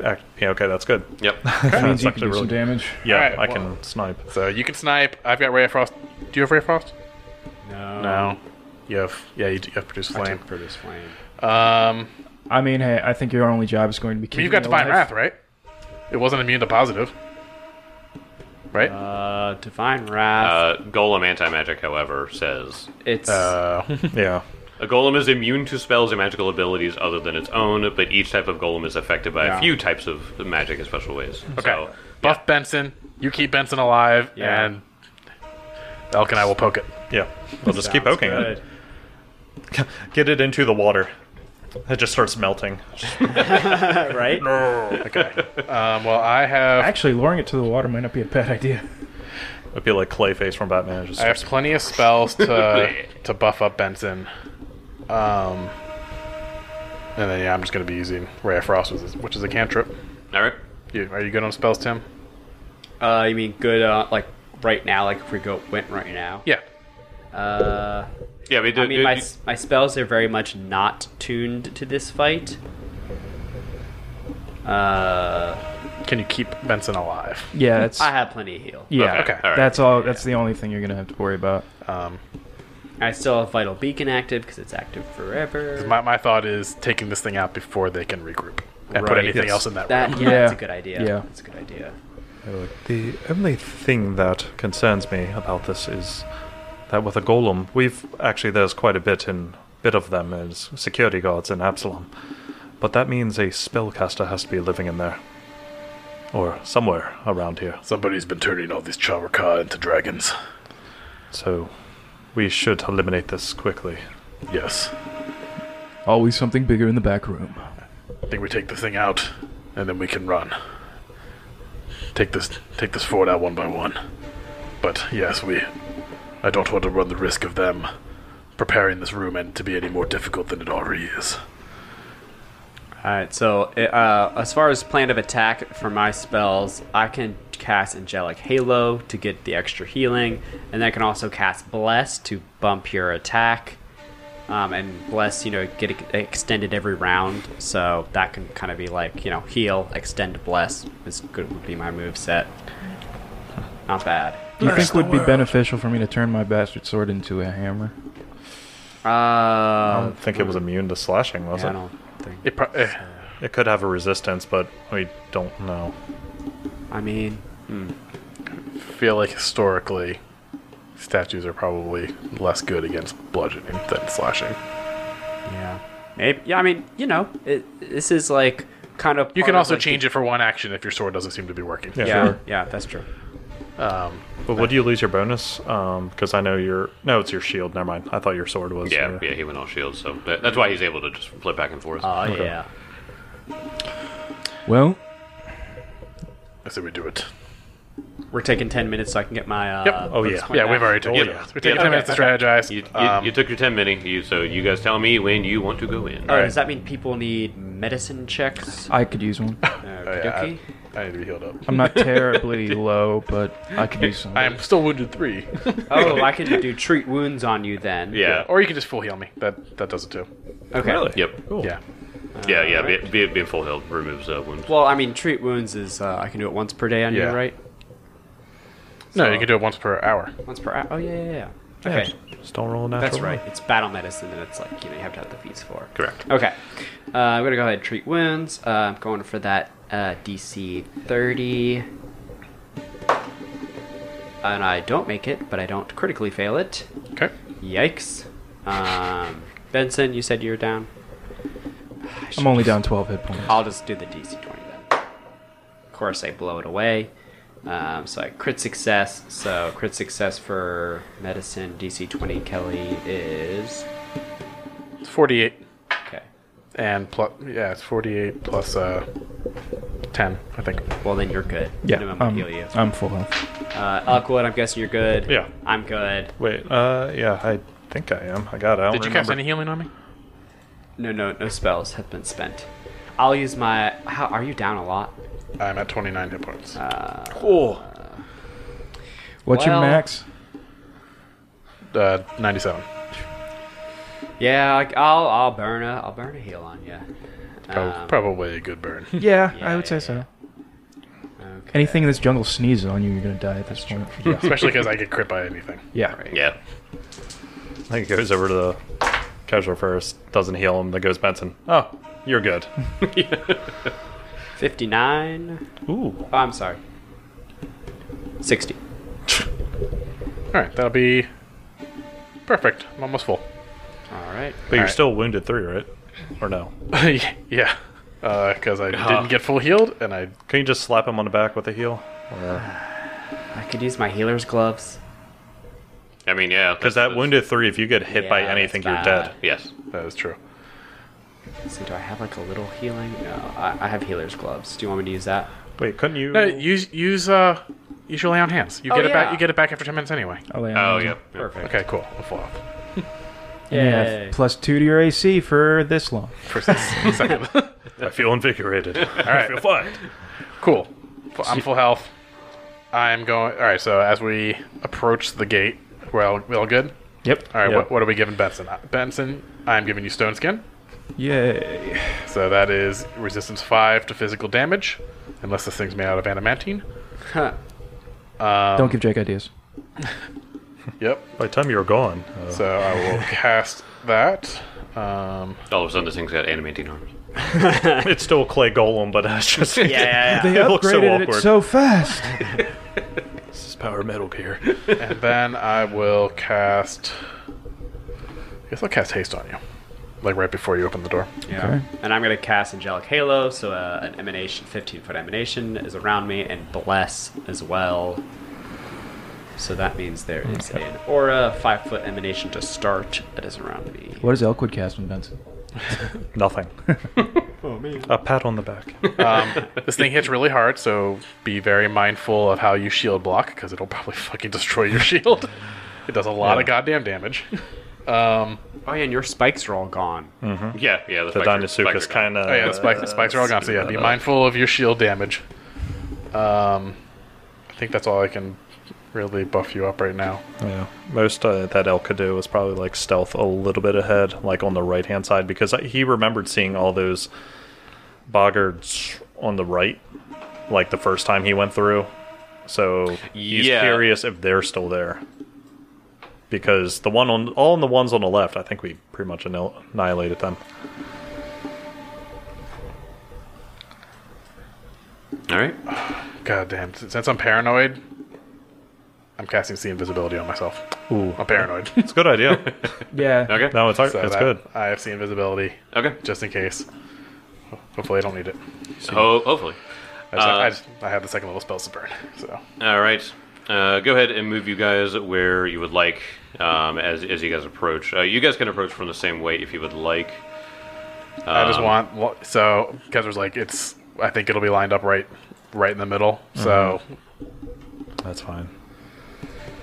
E: ac- Yeah, okay, that's good.
A: Yep.
C: (laughs)
D: Which means
E: That's
D: you
E: actually
D: can do
E: really-
D: some damage.
E: Yeah,
C: Alright,
E: I
C: well-
E: can snipe.
C: So you can snipe. I've got Ray of Frost. Do you have Ray of Frost?
F: No.
C: No. You have. Yeah, you, do- you have Produce
F: I
C: Flame.
F: took Brutus Flame.
C: Um,
D: I mean, hey, I think your only job is going to be keeping
C: you've got
D: me
C: Divine
D: alive.
C: Wrath, right? It wasn't immune to positive. Right?
F: Uh, Divine Wrath.
A: Uh, Golem anti magic, however, says
F: it's
C: Uh,
E: Yeah.
A: A golem is immune to spells and magical abilities other than its own, but each type of golem is affected by a few types of magic in special ways.
C: Okay.
A: So,
C: Buff Benson. You keep Benson alive,
B: Yeah.
C: and Elk and I will poke it.
E: Yeah, I'll just keep poking it. Get it into the water. It just starts melting.
B: right?
C: Um, well, I have
D: Actually, lowering it to the water might not be a bad idea.
E: It'd be like Clayface from Batman. It Just
C: I have plenty of spells to (laughs) to buff up Benson. Um, and then yeah, I'm just gonna be using Ray of Frost, which is, which is a cantrip.
A: all right.
C: You, are you good on spells, Tim?
F: Uh, you mean good? Uh, like right now? Like if we go went right now?
C: Yeah.
F: Uh,
A: Yeah, we do,
F: I mean,
A: do-
F: my
A: do-
F: s- my spells are very much not tuned to this fight. Uh,
C: Can you keep Benson alive?
D: (laughs) Yeah, it's
F: I have plenty of heal.
D: yeah.
A: okay, all right.
D: That's all. That's the only thing you're gonna have to worry about.
C: Um,
F: I still have vital beacon active because it's active forever.
C: my, my thought is taking this thing out before they can regroup and put
D: Right,
C: anything
D: yes.
C: else in that,
D: (laughs)
F: that
C: room.
F: yeah,
D: Yeah.
F: that's a good idea.
D: Yeah.
F: that's a good idea.
E: The only thing that concerns me about this is that with a golem, we've actually there's quite a bit in bit of them as security guards in Absalom, but that means a spellcaster has to be living in there, or somewhere around here.
C: Somebody's been turning all these Chavarka into dragons.
E: So we should eliminate this quickly.
C: Yes.
D: Always something bigger in the back room.
C: I think we take this thing out, and then we can run. Take this, take this fort out one by one. But yes, we. I don't want to run the risk of them preparing this room and to be any more difficult than it already is.
F: All right, so uh, as far as plan of attack for my spells, I can cast Angelic Halo to get the extra healing, and then I can also cast Bless to bump your attack. Um, and Bless, you know, get ex- extended every round, so that can kind of be like, you know, heal, extend, Bless is good would be my move set. Not bad.
D: Do you think would be beneficial for me to turn my bastard sword into a hammer?
F: Uh, I
E: I don't think it was immune to slashing,
F: Mm-hmm.
E: was
F: yeah, I
E: it?
F: don't think.
C: It pro- eh,
E: It could have a resistance, but we don't know.
F: I mean,
C: feel like historically, statues are probably less good against bludgeoning than slashing.
F: yeah, maybe. Yeah, I mean, you know, it, this is like kind of.
C: You
F: part
C: can
F: of,
C: also
F: like, the-
C: change it for one action if your sword doesn't seem to be working.
F: Yeah,
E: Sure.
F: yeah, that's true.
C: Um,
E: But would you lose your bonus? Because I know your no, it's your shield. Never mind. I thought your sword was.
A: yeah, yeah, he went all shields, so that, that's why he's able to just flip back and forth.
E: Ah,
F: Oh yeah.
D: Well,
C: I say we do it.
F: We're taking ten minutes so I can get my. Uh,
E: Oh
F: bonus
E: yeah.
F: point
C: Yeah,
F: back.
C: we've already
A: Yeah.
C: taken.
A: yeah.
C: We take
A: Yeah.
C: ten minutes to strategize.
A: You, you,
C: Um,
A: you took your ten mini, you, so you guys tell me when you want to go in.
F: Oh, does that mean people need medicine checks?
D: I could use one.
C: oh,
F: Okey-dokey.
C: yeah, I- I, need to be healed up.
D: I'm not terribly low, but I could use some.
C: I am still wounded (laughs) three.
F: oh, I can do treat wounds on you then.
A: Yeah.
C: or you can just full heal me. That that does it too.
F: Okay.
A: Yep.
C: Yeah.
A: Yeah, yeah. Be Being, being full health removes uh, wounds.
F: Well, I mean, treat wounds is uh, I can do it once per day on
C: Yeah.
F: you, right?
C: No, you can do it once per hour.
F: Once per hour. Oh yeah, yeah, yeah. Okay,
E: Just don't roll a natural.
F: that's right.
E: one.
F: It's battle medicine, and it's like you know you have to have the feats for.
A: Correct.
F: Okay, uh, I'm gonna go ahead and treat wounds. Uh, I'm going for that uh, DC 30, and I don't make it, but I don't critically fail it.
C: Okay.
F: Yikes. Um, Benson, you said you were down.
D: I'm only down 12 hit points.
F: I'll just do the DC 20 then. Of course, I blow it away. Um, so I crit success. So crit success for medicine DC 20 Kelly is.
C: It's forty-eight
F: Okay.
C: and plus. Yeah, it's forty-eight plus uh, ten. I think.
F: Well, then you're good.
D: Yeah, um,
F: Minimum
D: I'm,
F: heal you.
D: I'm full health.
F: Uh, Elkwood, I'm guessing you're good.
E: Yeah.
F: I'm good.
E: Wait. Uh. Yeah. I think I am. I got. it. I don't
C: Did you cast
E: remember.
C: any healing on me?
F: No, no, no spells have been spent. I'll use my. How are you down a lot?
C: I'm at twenty-nine hit points. Uh,
D: What's your
F: Well-
D: max?
C: Uh, ninety-seven.
F: Yeah, I- I'll I'll burn a I'll burn a heal on Um, you.
C: Prob- probably a good (laughs) burn.
D: Yeah,
F: yeah,
D: I would say
F: yeah,
D: so.
F: Okay.
D: Anything in this jungle sneezes on you, you're gonna die at this point. Yeah.
C: Especially because I get crit by anything.
D: yeah.
A: Yeah.
E: I think it goes over to the casual first. Doesn't heal him. Then goes Benson. Oh, you're good.
F: 59.
E: Ooh.
F: Oh, I'm sorry. 60.
C: All right, that'll be perfect. I'm almost full. (laughs)
F: All right.
E: But you're still wounded three, right? Or no?
C: yeah, because I didn't get full healed, and I
E: Can you just slap him on the back with a heel?
F: I could use my healer's gloves.
A: I mean, yeah,
E: Because
A: that's-
E: that wounded three, if you get hit by
F: Yeah,
E: anything,
F: that's
E: you're
F: bad.
E: dead.
A: Yes.
C: that is true.
F: So do I have like a little healing? No, I, I have healer's gloves. Do you want me to use that? (laughs)
E: Wait, couldn't you?
C: No, use use uh use your lay on hands. You
F: Oh,
C: get it
F: yeah.
C: back. You get it back after ten minutes anyway.
D: I'll lay on
A: Oh,
D: that.
A: yeah.
F: Perfect.
C: Okay, cool. I'll fall off.
D: And you have
F: Yay.
D: plus two to your AC for this long.
C: (laughs) For a (laughs) second.
E: I feel invigorated. All right, I feel fine.
C: Cool. F- I'm full health. I'm going. All right. So as we approach the gate, we're all, we all good.
D: Yep.
C: All right.
E: Yeah.
C: What, what are we giving Benson? Uh, Benson, I'm giving you stone skin.
D: Yay.
C: So that is resistance five to physical damage, unless this thing's made out of adamantine.
D: Don't give Jake ideas.
C: Yep.
E: By the time you were gone, uh,
C: So I will (laughs) cast that. Um,
A: All of a sudden, this thing's got animating arms.
E: Hmm. (laughs) it's still a clay golem, but uh, it's just
D: They
E: (laughs) It looks so
D: upgraded
E: awkward.
D: it so fast.
E: it's power metal gear.
C: (laughs) and then I will cast. I guess I'll cast haste on you, like right before you open the door.
F: Yeah. And I'm going to cast Angelic Halo, so uh, an emanation, 15 foot emanation, is around me, and Bless as well. So that means there is an aura, five foot emanation to start that is around me.
D: (laughs) What does Elkwood cast on Benson?
E: Nothing.
A: Oh,
E: A pat on
D: (laughs)
E: the back.
C: Um, this thing hits really hard, so be very mindful of how you shield block because it'll probably (laughs) fucking destroy your shield. It does a lot of goddamn damage. Um,
F: Oh, yeah, and your spikes are all gone.
A: Yeah, yeah. The,
E: The
A: spikes are-
E: Dinosuke
A: spikes
E: is
A: are gone.
E: kind of.
C: (laughs) oh yeah, the spikes, the spikes are all gone. So yeah, be mindful of your shield damage. Um, I think that's all I can really buff you up right now.
E: Yeah. Most uh, that El could do was probably like stealth a little bit ahead, like on the right hand side, because I- he remembered seeing all those boggards on the right, like the first time he went through. So he's
A: Yeah.
E: curious if they're still there. Because the one on all on the ones on the left, I think we pretty much annihil- annihilated them.
A: All right.
C: God damn! Since I'm paranoid, I'm casting see invisibility on myself.
E: Ooh,
C: I'm paranoid.
E: it's a
C: (laughs)
E: good idea.
D: Yeah.
A: Okay.
E: no, it's hard.
C: So
E: it's
C: that-
E: Oh, good.
C: I have seen invisibility
A: Okay.
C: just in case. Hopefully, I don't need it.
A: Ho- hopefully.
C: I, just,
A: Uh,
C: I, just, I have the second level spells to burn. So
A: All right. Uh, go ahead and move you guys where you would like um, as, as you guys approach. Uh, you guys can approach from the same way if you would like.
C: I
A: um,
C: just want lo- so Kezra's like it's. I think it'll be lined up right, right in the middle. So
E: That's fine.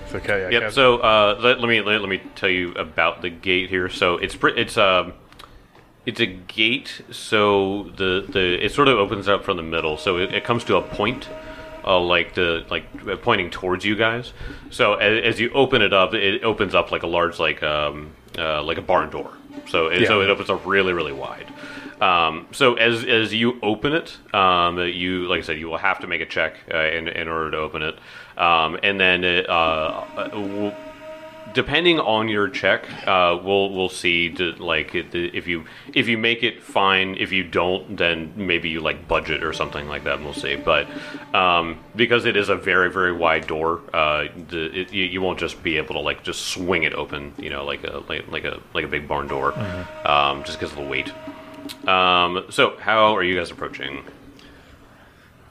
C: it's okay. Yeah,
A: Yep.
C: Kez-
A: So uh, let, let me let, let me tell you about the gate here. So it's pre- it's um it's a gate. So the, the it sort of opens up from the middle. So it, it comes to a point, uh, like the like uh, pointing towards you guys. So as, as you open it up, it opens up like a large like um uh, like a barn door. So it, so
C: Yeah.
A: it opens up really really wide. Um, so as as you open it, um, you like I said, you will have to make a check uh, in in order to open it, um, and then uh, uh, w- depending on your check, uh, we'll we'll see to, like it- if you if you make it fine. If you don't, then maybe you like budget or something like that. And we'll see. But um, because it is a very very wide door, uh, the, it, you, you won't just be able to like just swing it open. You know, like a like, like a like a big barn door, um, just because of the weight. Um, so how are you guys approaching?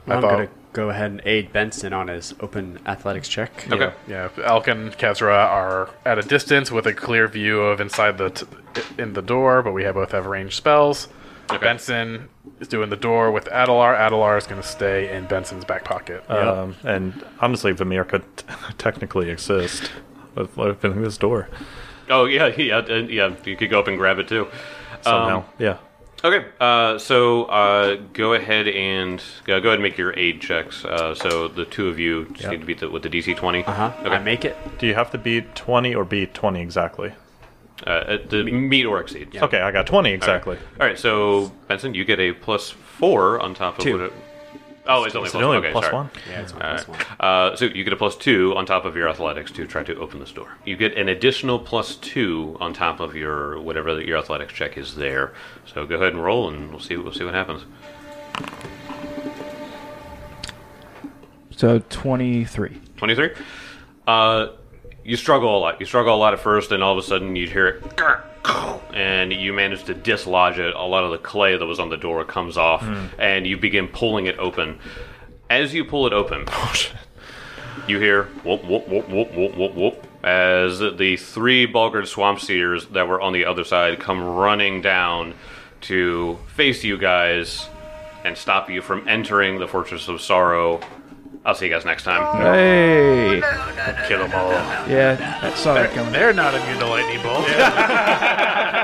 C: I
F: I'm
C: thought-
F: going to go ahead and aid Benson on his open athletics check.
A: Okay.
C: yeah, Elk and Kezra are at a distance with a clear view of inside the t- in the door, but we have both have ranged spells. Benson is doing the door with Adelar. Adelar is going to stay in Benson's back pocket.
E: Um, and honestly, Vimir could t- (laughs) technically exist with opening this door
A: Oh yeah (laughs) yeah uh, yeah. You could go up and grab it too.
E: somehow.
A: Um,
E: yeah.
A: Okay, uh, so uh, go ahead and go, go ahead and make your aid checks. Uh, so the two of you just need to beat the, with the DC twenty.
F: Uh-huh.
A: Okay.
F: I make it.
E: Do you have to beat 20 or beat 20 exactly?
A: Uh, uh, the meet or exceed.
E: Okay, I got 20 exactly.
A: All right. So Benson, you get a plus four on top of
D: Two.
A: what it- oh, it's only
E: Is
A: plus,
E: it only
A: okay,
E: plus
A: sorry.
E: one?
F: Yeah, it's my
A: All
F: plus
A: right.
F: one.
A: Uh, so you get a plus two on top of your athletics to try to open this door. You get an additional plus two on top of your whatever your athletics check is there. So go ahead and roll, and we'll see we'll see what happens.
D: So 23.
A: 23. Uh, you struggle a lot. You struggle a lot at first, and all of a sudden you would hear it. and you manage to dislodge it. A lot of the clay that was on the door comes off, and you begin pulling it open. As you pull it open, you hear whoop whoop whoop whoop whoop whoop whoop as the three Bulgard swamp seers that were on the other side come running down to face you guys and stop you from entering the Fortress of Sorrow. I'll see you guys next time.
D: Hey.
C: Kill them all.
D: Yeah, I saw that coming.
C: They're not immune to lightning bolts.